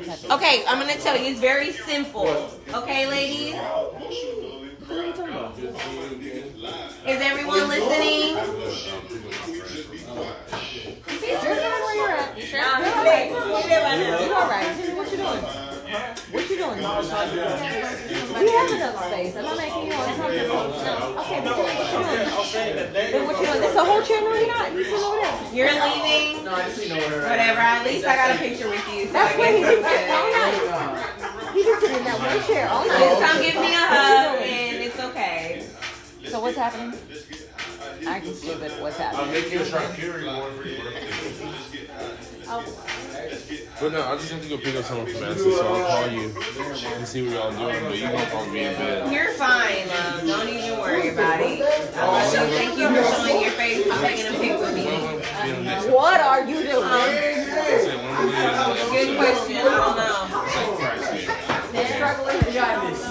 game is. Okay, I'm gonna tell you. It's very simple. Okay, ladies. Is everyone listening? What you doing? We have enough space. I'm not making you uncomfortable. No. Okay, but then what you doing? Then what you doing? There's a whole chair moving out. You sit over there. You're leaving. No, I just know where. Whatever. At least I got a picture with you. So That's I where he guess was I'm good. sitting all night. He was sitting in that one chair all night. Just come give me a hug, and it's okay. So what's happening? I can see that what's happening. I'll make you a charcuterie board for your birthday. But no, I just have to go pick up someone from Madison, so I'll call you and see what y'all doing. But you gonna call me in bed. You're fine, love. Don't even worry about it. I Oh, love you. Thank you for showing your face and taking a pic with me. What are you doing? Good question. I don't know.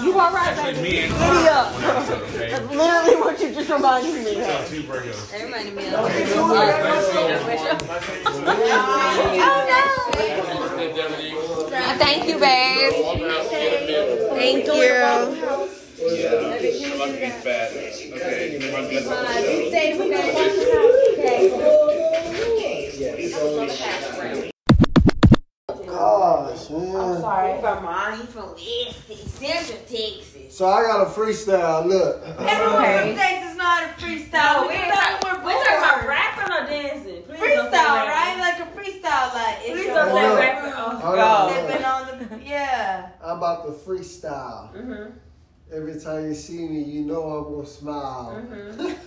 You all right, baby? Me and Giddy up. okay? That's literally what you just reminded me of. Two burritos. Everybody Thank you, babe. Thank you. Gosh, man. Sorry. Vermont, from West, Central Texas. So I got a freestyle. Look. Everyone from Texas know how to freestyle. We thought we were born. We're talking about rapping or dancing. Please don't say freestyle, rapping. right? Like a freestyle, like it's Please your don't Hold say up. rapping. Oh, Hold God. up. been on the yeah. I'm about to freestyle. Every time you see me, you know I'm gonna smile. Mm-hmm. That's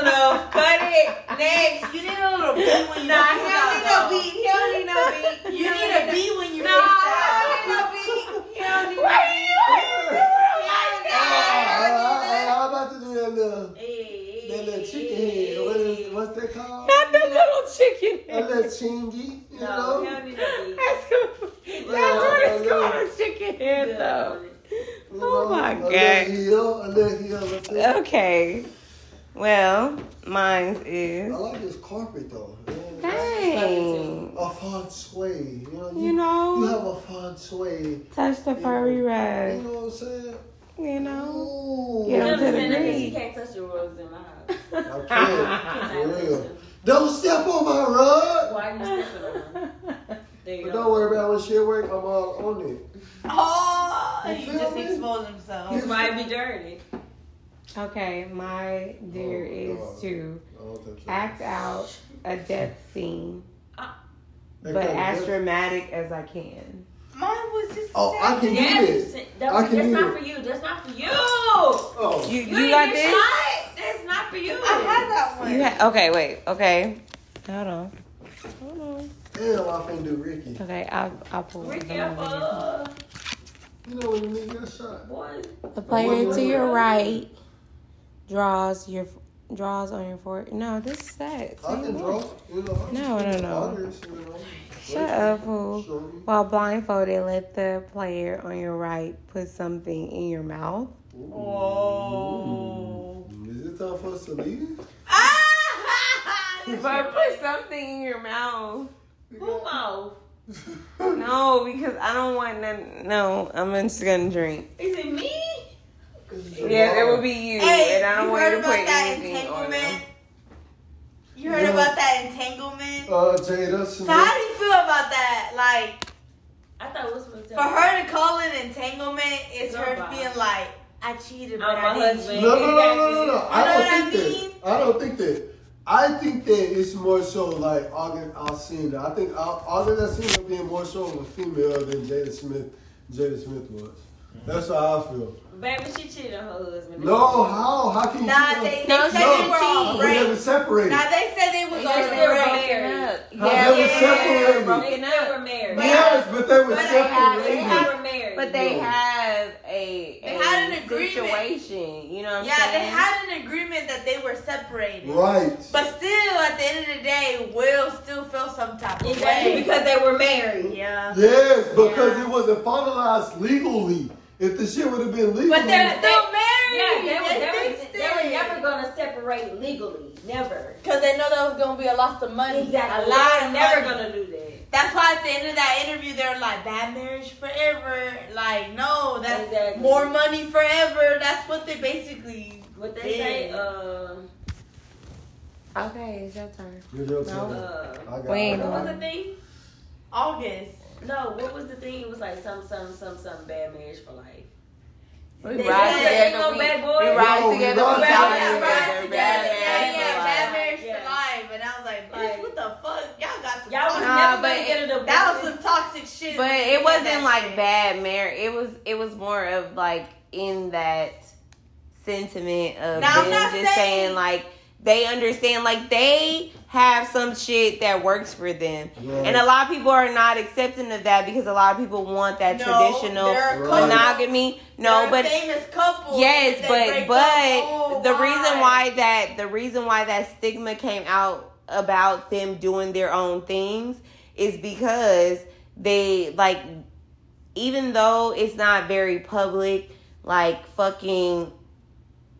enough. Cut it. Next. You need a little beat when you Nah, freestyle, he don't though. need no beat. He don't need no beat. You need a beat when you Nah, freestyle. he don't need no beat. He don't need no Why beat. I'm about to do that little, that little chicken head. What is, what's that called? Not the little chicken. That little chingy, you No, he know? don't need no beat. That's good. Yeah, That's what a it's little- called, a chicken head, though. you Oh, know, my a God. little heel, a little heel. a little- Okay. Well, mine is. I like this carpet though. man. Dang. A fun sway. You know, you, You you know, have a fun sway. touch the furry You rug. know what I'm saying? You know. Ooh. Get You on to the understand that you green. can't touch the rugs in my house. I can't. For real. Don't step on my rug. Why are you stepping on them? There you But go. don't worry about it. when shit work. I'm all on it. Oh, You you feel just me? exposed himself. You- It might be dirty. Okay, my dear Oh, is God. to I don't think so. act out a death scene, That but kinda as good. dramatic as I can. Mine was just. Oh, I can do Yes, this. I that's, can that's do not it. for you. That's not for you. Oh, You, You, you got this? Shot. That's not for you. I had that one. You ha- okay, wait, okay. Hold on. Hold on. damn! I can do Ricky. Okay, I'll, I'll pull it. Ricky, up, uh, You know when you make that shot. boy. The player to your right draws your draws on your forehead. No, this is that. I can draw. You know. No, no, no. Others, you know. Shut up, fool. Shorty. While blindfolded, let the player on your right put something in your mouth. Oh. Is it time for us to leave? But put something in your mouth. We Who uh, got- mouth? No, because I don't want none. No, I'm just gonna drink. Is it me? Yeah, that would be you, Hey, and I don't you want you heard to about put that anything on them. entanglement? You heard Yeah. about that entanglement? Uh, Jada. So how do you feel about that? Like, I thought it was supposed to for her to call it entanglement is her Nobody. being like, I cheated, but On I my didn't husband. cheat. No, no, no, no, no, You know no. I what don't think that. I don't think that. I think that it's more so like Augen Alcina. I think Al- Augen Alcina being more so of a female than Jada Smith. Jada Smith was. That's how I feel. Baby, she cheated on her husband. No, how? How can you? Nah, cheat on- they- they said they were no, on we break. never separated. Nah, they said they was They on were their married. break. How they were separated. They still were married. Yes, but they were But they had- separated. they were married. But they have a, They a had an agreement. situation, you know what I'm Yeah, they saying? had an agreement that they were separated. Right. But still, at the end of the day, Will still felt some type of Exactly, way. because they were married. Yeah. Yes, because it wasn't finalized legally. If the shit would have been legal, But they're still married. married. Yeah, they, They were, fixed they, were, they it. were never gonna separate legally. Never. Because they know that was going to be a loss of money. Exactly. A lot of They were never money. gonna do that. That's why at the end of that interview, they're like, bad marriage forever. Like, no, that's Exactly. more money forever. That's what they basically. What they say, um, Okay, it's your turn. It's No. your turn. I got- We ain't uh, what doing was it. the thing? August. No, what was the thing? It was like some, some, some, some bad marriage for life. We They ride said together, ain't no we- bad boy. we ride No, we together, we ride ride together, Ride together. Yeah, marriage for yeah, life. bad marriage for Yeah. life. And I was like, bitch, what the fuck? Y'all got some Y'all was toxic- Nah, never but gonna get a divorce. That was some toxic shit. But it wasn't like bad marriage. It was it was more of like in that sentiment of Now, I'm them not just saying, saying- like they understand like they have some shit that works for them. And a lot of people are not accepting of that because a lot of people want that No, traditional they're a couple. monogamy. No, They're a but famous couple. Yes, They but break but up. Oh, the reason why that the reason why that stigma came out about them doing their own things is because they like even though it's not very public, like fucking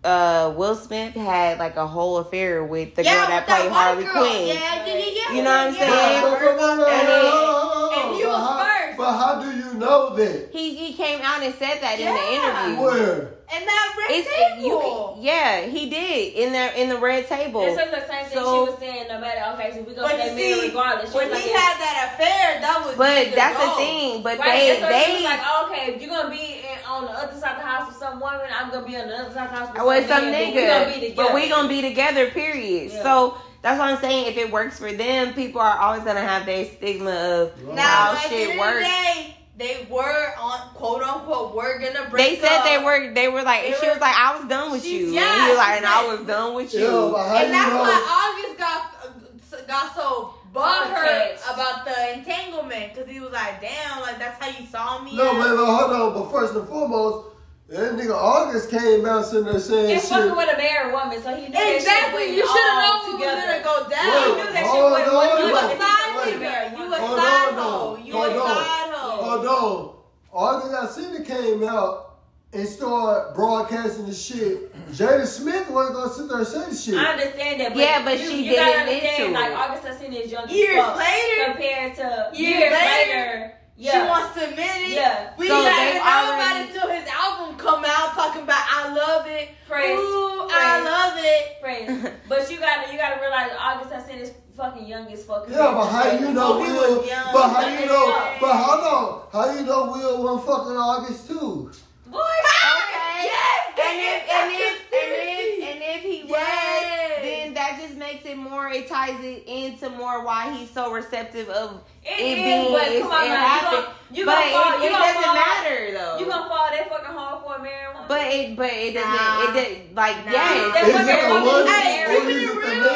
uh Will Smith had like a whole affair with the girl that played Harley Quinn. Yeah, yeah, yeah. You know what I'm But- but- saying? but- but- but- And it- but- and you but was how- first. But how do you know that? He he came out and said that Yeah. in the interview. Where? And that red It's, table. you can- yeah, he did in the in the red table. This was the same thing So- she was saying. No matter, okay, so we gonna But stay you married see, regardless. She when was he like, had that affair, that was. But years that's the ago. thing. But right, they that's why she they was like, oh, okay, if you're gonna be in, on the other side of the house with some woman, I'm gonna be on the other side of the house with, with Oh, some some man, but we gonna be nigga, but we gonna be together. Period. Yeah. So that's what I'm saying. If it works for them, people are always gonna have their stigma of Now, how at the end shit of works. the day, they were on quote unquote. We're gonna break. They said up. they were. They were like. They she were- was like, I was done with She- you. yeah, and he was like, she and I said- was done with you. Yeah, but how and you that's know? why August got got so butthurt Attached. about the entanglement because he was like, "Damn, like that's how you saw me." No, wait, wait, hold on. But first and foremost, that nigga August came out sitting there saying And shit. fucking with a married woman, so he knew that Exactly. shit You wasn't should have all known what was together. gonna go down. Wait, He knew that shit hold wasn't on, wasn't You a gonna wait, be side wait. nigga. You a Hold side on, hoe. You a hold on. side hoe. Hold on. Oh. August Alcina came out and started broadcasting the shit. Jada Smith wasn't gonna sit there and say the shit. I understand that. But Yeah, but you, she you gotta didn't admit understand, to like it. August Alsina is young as Years fuck later? compared to Years years later? later. She Yeah. wants to admit it. Yeah. We So didn't they even know about already- it until his album come out, talking about I love it. Praise, Ooh, I praise. love it. friends. But you gotta you gotta realize August Hudson is fucking young as fuck. Yeah, but how you know Oh, we Will? was young. But how you know? Yeah. But hold on, how you know Will won fucking August too? Boy, Okay. Yes, And if and if and conspiracy. if and if he was, Yes. then that just makes it more. It ties it into more why he's so receptive of it it is, being but it's- come on, it now, happened. you but gonna, you gonna fall, it, you it gonna doesn't fall, matter though. You gonna fall that fucking hard for a married woman? But it, but it doesn't. Nah. It doesn't like Nah. yes. That's Is what it they're the woman Hey, or keep is it it the real. Very man?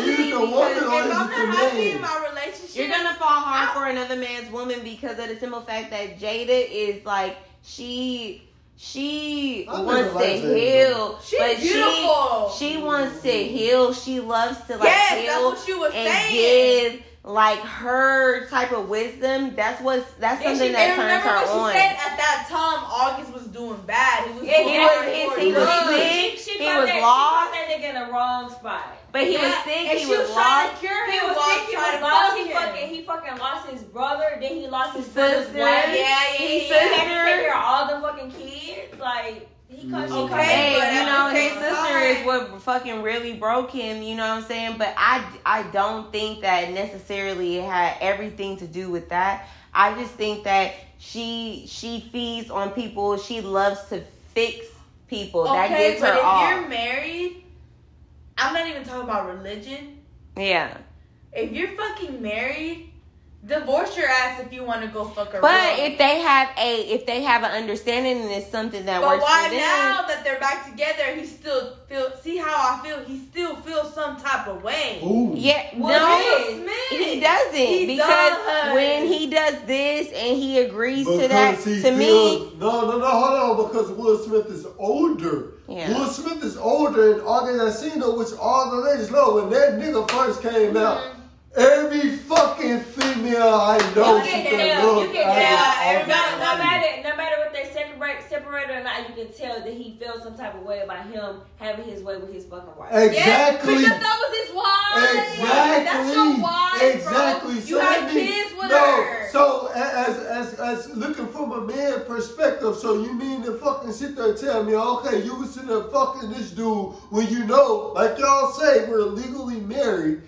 Is easy it the woman because If or is I'm it the not happy in man? my relationship, You're gonna fall hard for another man's woman because of the simple fact that Jada is like she she I never wants to liked Jada. heal, She's but beautiful. she she wants to heal. She loves to like Oh. yes, that's heal what you was and saying. give like her type of wisdom. That's what's that's And she- something that and remember turns her what on. she said at that time. August was doing bad. He was Yeah, doing he was hard his, for he was drugs. sick, she, she he caught was that, she lost, caught that nigga in the wrong spot. but he was Yeah, sick. and He she was was trying to lost. cure He him was while sick. He trying was to lost. fuck He him. fucking he fucking lost his brother. Then he lost his brother's Sister, wife. Yeah, yeah, yeah. He said he had to take care of all the fucking kids. Like he caught. she caught Okay, Hey, but that you at know the his same sister time- is what fucking really broke him, you know what I'm saying? But I, I don't think that necessarily it had everything to do with that. I just think that she she feeds on people. She loves to fix people. that Okay, gets her but if off. you're married, I'm not even talking about religion. yeah. If you're fucking married, divorce your ass if you want to go fuck around. But if they have a if they have an understanding and it's something that But works why for them, now that they're back together, he still feel. See how I feel? He still feels some type of way. Yeah, Well, Will no, Smith. he doesn't He because does. when he does this and he agrees to that, Because he to me, feels- No, no, no, hold on. Because Will Smith is older. Yeah. Will Smith is older and August Asino, which all the ladies know. When that nigga first came out, Mm-hmm. every fucking female I know You she can can tell. look. You can at tell. August Everybody, no Alsina. matter no matter what they separate separated or not, you can tell that he feels some type of way about him having his way with his fucking wife. Exactly. Yeah, That was his wife. Exactly. That's your wife. Exactly. Bro. So You that had means- kids with no, her. So a- as as as looking from a man perspective, so you mean to fucking sit there and tell me, okay, you was sitting there fucking this dude when you know, like y'all say, we're legally married.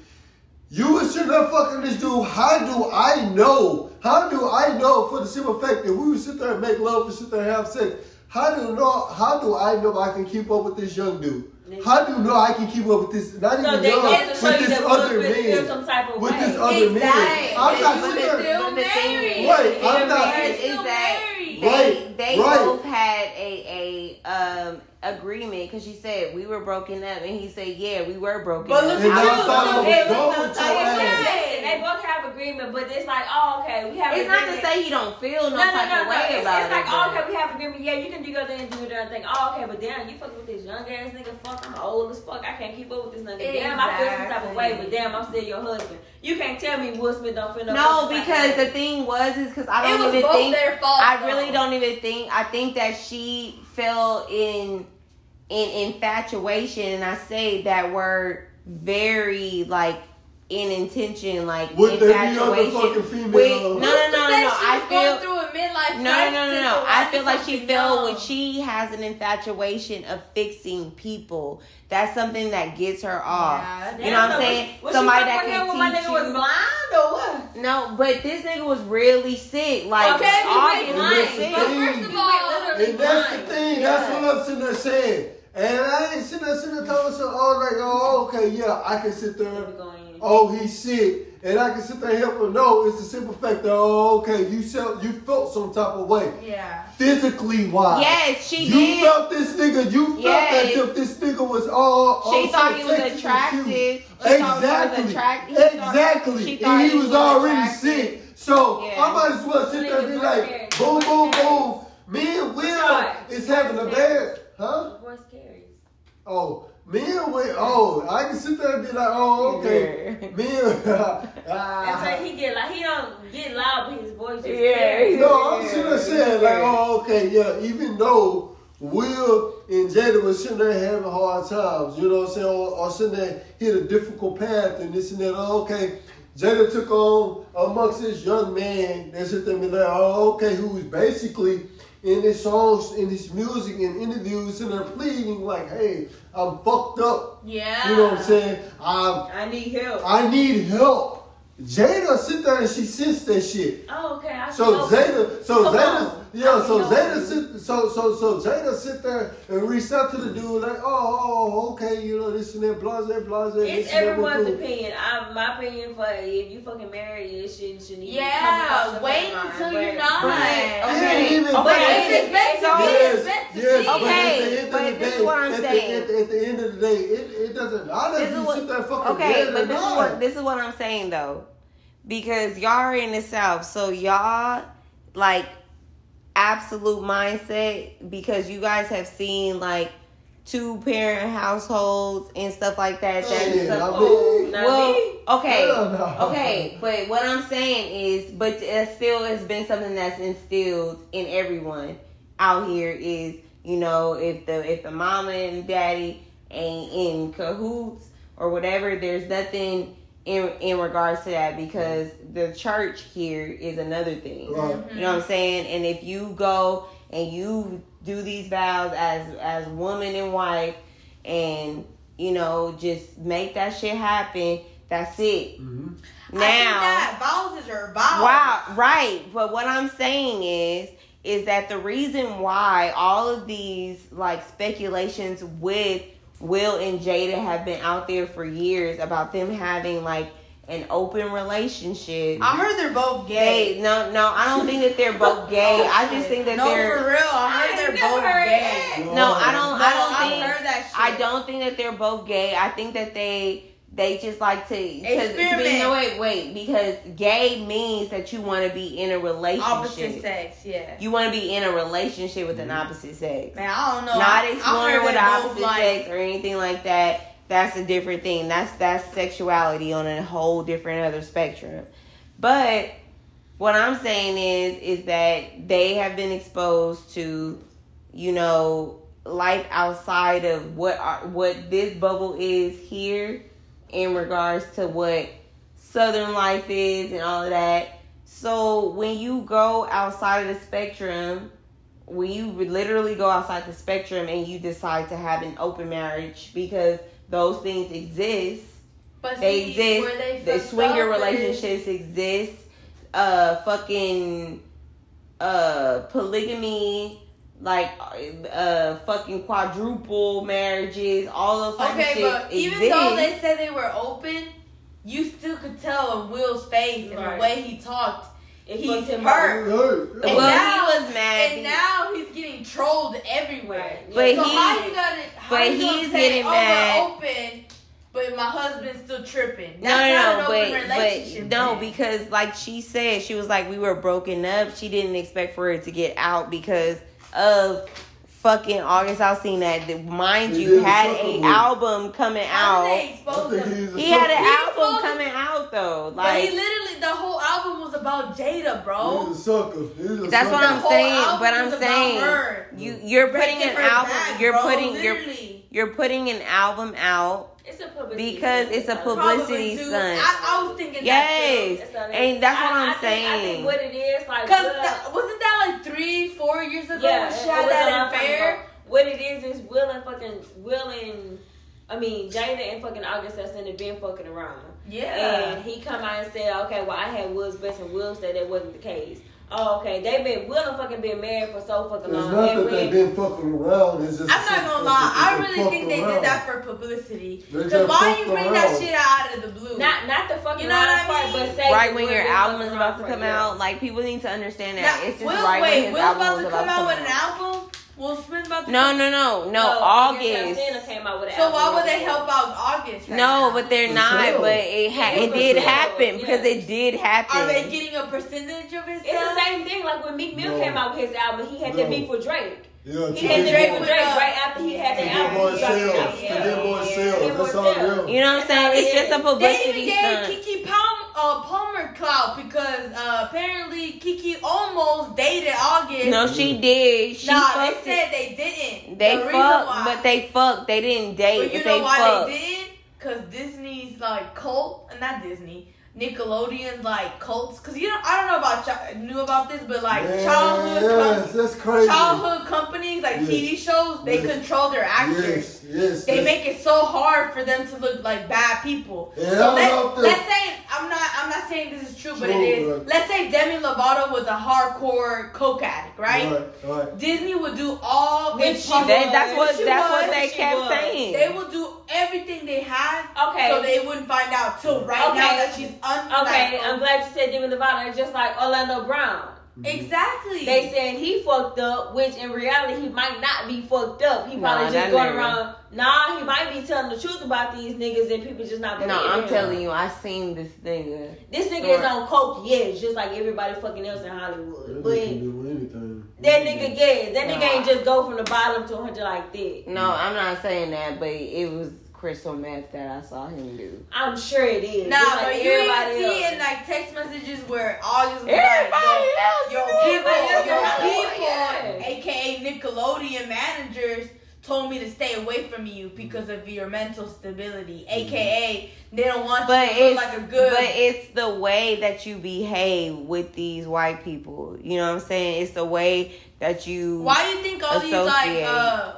You was sitting there fucking this dude. How do I know? How do I know for the simple fact that we would sit there and make love and sit there and have sex? How do you know? How do I know I can keep up with this young dude? How do you know I can keep up with this? Not So even they young, get to with show you this that other Will Smith man. feels some type of with way. this other man. I'm not But sitting the- there. but the thing is- Wait, I'm not- the thing is that they, Right, they right. both had a a um agreement because she said we were broken up and he said yeah we were broken But up. look And at I you, thought I look was at you. Like, with your it's ass. nice, and They both have agreement, but it's like, oh, okay, we have. It's not to agreement. say he don't feel no type of way It's, about it's it, like, but- oh, okay, we have agreement. Yeah, you can do your thing and do your thing. Oh, okay, but damn, you fucking with this young ass nigga. Fuck, I'm old as fuck. I can't keep up with this nigga. Damn, I feel some type of way, but damn, I'm still your husband. You can't tell me Will Smith don't feel no. No, fucking type of because way. the thing was is because I It don't was even both think their fault, I really though. don't even think I think that she fell in in infatuation, and I say that word very like in intention, like Would there be infatuation. other fucking female- With- no, no, no, no, Who's to say no. she I was feel going through a midlife. no, no, no, no, no. I feel like she felt with when she has an infatuation of fixing people. That's something that gets her off. you know what I'm So saying? was- was she Somebody that fucking can him teach when my nigga you. was blind or what? No, but this nigga was really sick. Like Okay, he August was was lying. sick. But first of all- And that's the thing. That's what I'm sitting there saying. And I ain't sitting there sitting there telling myself, oh, like, oh, okay, yeah, I can sit there. Oh, he's sick. And I can sit there and help him. No, it's the simple fact that, oh, okay, you felt, you felt some type of way. Yeah. Physically wise. Yes, she you did. You felt this nigga. You felt Yes. that if this nigga was all. She all thought Oh, so he was sexy and attractive. cute. She thought he was Exactly. attractive. Exactly. she thought and he he was was already attractive. sick. So Yeah. I might as well sit there and be like, boom, boom, boom. Me and Will is having a bad, huh? Divorce carries. Oh, me and Will. Oh, I can sit there and be like, oh, okay. Me and That's Ah. why he get like he don't get loud, but his voice just carries. No, I'm sitting there saying like, oh, okay, yeah. Even though Will and Jada was sitting there having hard times, you know what I'm saying, or, or sitting there hit a difficult path and this and that. Oh, okay, Jada took on amongst this young man that sit there and be like, oh, okay, who was basically in his songs, in his music, in interviews, and they're pleading like, hey, I'm fucked up. Yeah. You know Ah. what I'm saying? I'm, I need help. I need help. Jada sit there and she sits that shit. Oh, okay. I So can help Zeta, you. so Come Zeta, on. yeah, I so can help Zeta you. sit, so so so Zeta sit there and reach out to the dude like, oh, oh okay, you know this and that, blase, blase. this It's and that, everyone's blah, blah. opinion. I, my opinion for if you fucking married, it shouldn't shouldn't even Yeah, come across wait the line, until but- you're not. but- It ain't even- but but it if it's meant to so- be, it's meant to Yes, be. but at the Okay, end of but the this is day- what I'm at the- saying. At the, at the end of the day, it, it doesn't matter This if is you what- sit there fucking Okay, dead or but this is not. what this is what I'm saying though, because y'all are in the South, so y'all like absolute mindset because you guys have seen like two parent households and stuff like that. That's Shit, not me. Not me. well, okay, Hell no. okay, but what I'm saying is, but it still has been something that's instilled in everyone out here is you know if the if the mama and daddy ain't in cahoots or whatever there's nothing in in regards to that because the church here is another thing Right. you know what i'm saying and if you go and you do these vows as as woman and wife and you know just make that shit happen. That's it. Mm-hmm. Now, I oh. balls is your balls. Wow, right. But what I'm saying is, is that the reason why all of these like speculations with Will and Jada have been out there for years about them having like an open relationship. I heard they're both gay. They, no, no, I don't think that they're both gay. oh, I just think that no, they're for real. I heard I they're both gay. That. No, I don't. No, I don't I think. Heard that shit. I don't think that they're both gay. I think that they they just like to experiment. You no, know, wait, wait, because gay means that you want to be in a relationship. Opposite sex, yeah. You want to be in a relationship with an opposite sex. Man, I don't know. Not exploring with opposite like, sex or anything like that. That's a different thing. That's that's sexuality on a whole different other spectrum. But what I'm saying is is that they have been exposed to, you know, life outside of what are, what this bubble is here in regards to what southern life is and all of that. So when you go outside of the spectrum, when you literally go outside the spectrum and you decide to have an open marriage because those things exist. But they exist. They the swinger relationships exist. Uh fucking uh polygamy like uh fucking quadruple marriages, all those fucking okay, but exist. even though they said they were open, you still could tell in Will's face and right. the way he talked. It he's hurt. And well, now, he was mad. And now he's getting trolled everywhere. Right. But so he, how you gonna, how but you he's say, getting oh, mad. open, but my husband's still tripping. no, That's no, no, but, but no, because like she said, she was like, we were broken up. She didn't expect for it to get out because of fucking August Alsina. That mind you had an album coming out. He had an album coming out though. Like but he literally, the whole album was about Jada, bro. He's a sucker. He's a That's sucker. what I'm saying. But I'm saying you you're putting Breaking an album. Back, you're bro, putting literally. you're you're putting an album out. It's a publicity because it's a publicity Probably, son. I, I, was thinking yes, that too. and that's what I, am saying. I think what it is like because wasn't that like three, four years ago yeah, with Shad that Fair? What it is is Will and fucking Will and I mean Jada and fucking August Hudson have been fucking around. Yeah, and he come out and said, okay, well I had Will's best, and Will said that wasn't the case. Oh, okay. They've been Will and fucking been married for so fucking it's long. Not that they've been fucking around. It's just I'm not gonna lie. I really think they around. did that for publicity. Because why you bring around. that shit out of the blue? Not not the fucking you know what I mean? Part, right when your album is about to come out, like people need to understand that now, it's just Will, right wait, when his Will's album about was to about come out with an out. album. Will Smith about to No, come no, no, no. So, August. Came out with an So album why would right they help out August? No, right now? but they're not. true. But it ha- Yeah, it for did sure. happen Yeah. because it did happen. are they getting a percentage of his? It's the same thing. Like when Meek Mill No. came out with his album, he had No. that beef with Drake. Yeah, He had the Drake beef with with Drake the- right after he had To the get album. more he dropped the sales. album. To Yeah. get more To get sales. more That's all sales. real. You know what I'm saying? It's just a They even publicity gave stunt. Kiki Palm, uh, Palmer clout because uh, apparently Kiki almost dated August. No, she did. She nah, they fucked. said they didn't. They the reason fucked, why- but they fucked. They didn't date, But you but know they why fucked. they did? Cause Disney's like cult, uh, not Disney, Nickelodeon's like cults. Cause you know, I don't know about y'all knew about this, but like Yeah, childhood, yes, com- that's crazy. childhood companies like Yes. TV shows, they Yes. control their actors. Yes, yes. They yes. make it so hard for them to look like bad people. Yeah, so I let, love them. let's say I'm not I'm not saying this is true, but it True, is. right. Let's say Demi Lovato was a hardcore coke addict, right? Right, right. Disney would do all Which if she possible- That- that's what She that's was. what they she kept was. saying. They will do everything they have Okay. so they wouldn't find out till right Okay. now that she's un- Okay, like, I'm glad you said Demi Lovato. Just like Orlando Brown. exactly. They said he fucked up, which in reality he might not be fucked up. He Nah, probably just that going nigga. around. Nah, he might be telling the truth about these niggas and people just not believing no, I'm him. telling you, I seen this nigga. This nigga is Right. on coke, yes, just like everybody fucking else in Hollywood. They can But do anything. that nigga, yes, that nigga Nah. ain't just go from the bottom to 100 like that. No, Mm. I'm not saying that, but it was crystal meth that I saw him do. I'm sure it is. Nah, Just like but you even everybody see else. in like text messages where August was Everybody like, else, yo, you know, your people, everybody else your in Hollywood, people, yeah. aka Nickelodeon managers, told me to stay away from you because of your mental stability, aka they don't want Mm-hmm. But you to it's look like a good. but it's the way that you behave with these white people. You know what I'm saying? It's the way that you Why you think all these like associate. uh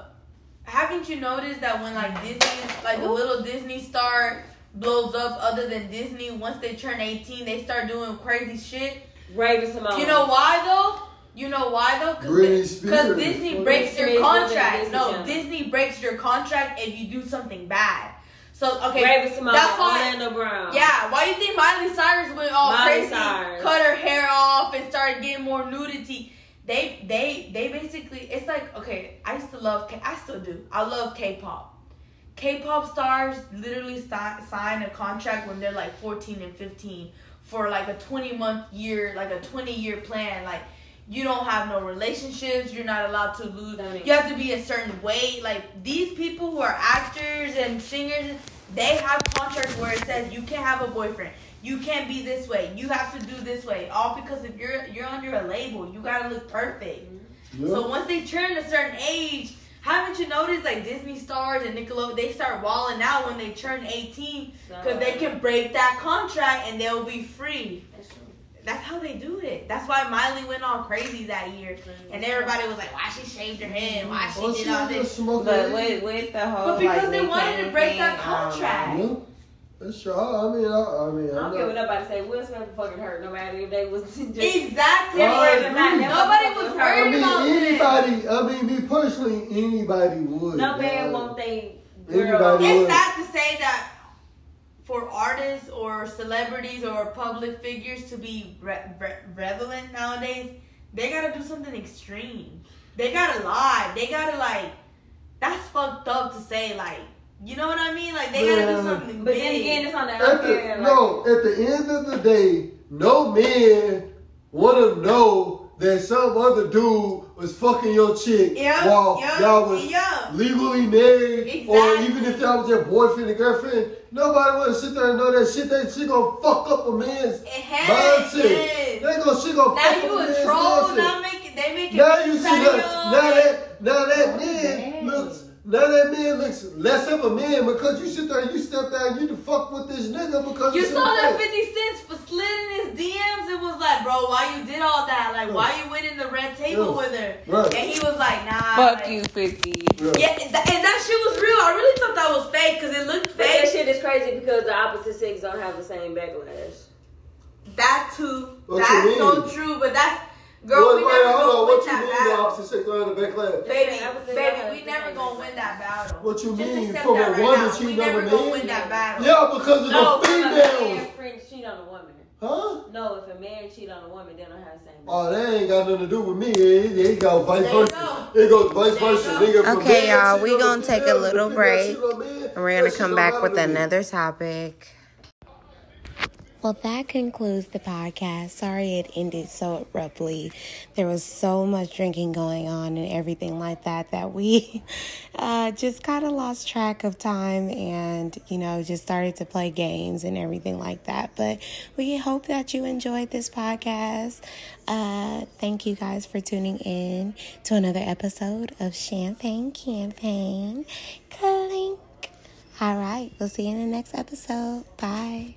haven't you noticed that when like Disney, like the little Disney star blows up, other than Disney, once they turn eighteen, they start doing crazy shit. Raven Simone. You know why though? You know why though? Britney Because Spears. Disney Britney breaks your Spears was in contract. Disney No, Channel. Disney breaks your contract if you do something bad. So okay, Raven Simone. that's why. Orlando Brown. Yeah, why you think Miley Cyrus went all Miley crazy, Cyrus. cut her hair off, and started getting more nudity? They, they, they basically. It's like okay, I used to love. K- I still do. I love K-pop. K-pop stars literally si- sign a contract when they're like 14 and 15 for like a 20 month year, like a 20 year plan. Like you don't have no relationships. You're not allowed to lose. You have to be a certain weight. Like these people who are actors and singers, they have contracts where it says you can't have a boyfriend. You can't be this way. You have to do this way. All because if you're you're under a label, you gotta look perfect. So once they turn a certain age, haven't you noticed like Disney stars and Nickelodeon, they start walling out when they turn 18 because they can break that contract and they'll be free. That's how they do it. That's why Miley went all crazy that year, and everybody was like, "Why she shaved her head? Oh, Why she Well, did she all was just this?" smoking But weed. with- with the whole, but because like, they Nick wanted to Cannon break that thing, I um, don't contract. know. That's true. I I mean, I, I mean, I I'm don't care what not. nobody say. Will Smith fucking hurt nobody if they was just Exactly. They were not- I agree. nobody was I worried mean, about anybody. I mean, me personally, anybody would. No dog. man won't they Anybody would. It's sad to say that for artists or celebrities or public figures to be re- re- relevant nowadays, they gotta do something extreme. They gotta lie. They gotta like. That's fucked up to say like. You know what I mean? Like they gotta do Man. something. But big. then again, it's on the At out the, there. Like, no, at the end of the day, no man want to know that some other dude was fucking your chick Yeah, while yeah, y'all was yeah. legally married, or Exactly. even if y'all was your boyfriend and girlfriend. Nobody want to sit there and know that shit. That shit gonna fuck up a man's Heck, mindset. They yes. gonna shit gonna Now fuck you up a man's troll. mindset. Now make it. They make it. Now you see that. patio. Now that. Now Oh, that man looks. Now that man looks less of a man because you sit there and you step down. You the fuck with this nigga because You sit saw there. that 50 cents for slitting his DMs. It was like, bro, why you did all that? Like, why you went in the red Yeah. table with her? Right. And he was like, nah. Fuck like- you, 50. Yeah, and that, and that shit was real. I really thought that was fake because it looked But that fake. shit is crazy because the opposite sex don't have the same backlash. That too. What that's you so mean? true, but that's. Girl, Wait, we wait, never hold gonna on. win What you mean the that opposite sex line of backlash? battle. Baby, baby, we never gonna win that battle. What you mean accept from that a right woman now. she We never never gonna made? win that battle. Yeah, because of No, the if a females. man friend cheat on a woman. Huh? No, if a man cheat on a woman, they don't have the same. Oh, that ain't got nothing to do with me. It, it, it go vice versa. It goes vice versa. Nigga, from Okay, man, y'all, she we gonna gonna be take a down. little If break. she gonna be down, And we're gonna she come don't back matter with to me. another topic. Well, that concludes the podcast. Sorry it ended so abruptly. There was so much drinking going on and everything like that that we uh, just kind of lost track of time and, you know, just started to play games and everything like that. But we hope that you enjoyed this podcast. Uh, thank you guys for tuning in to another episode of Champagne Campaign. Clink. All right, we'll see you in the next episode. Bye.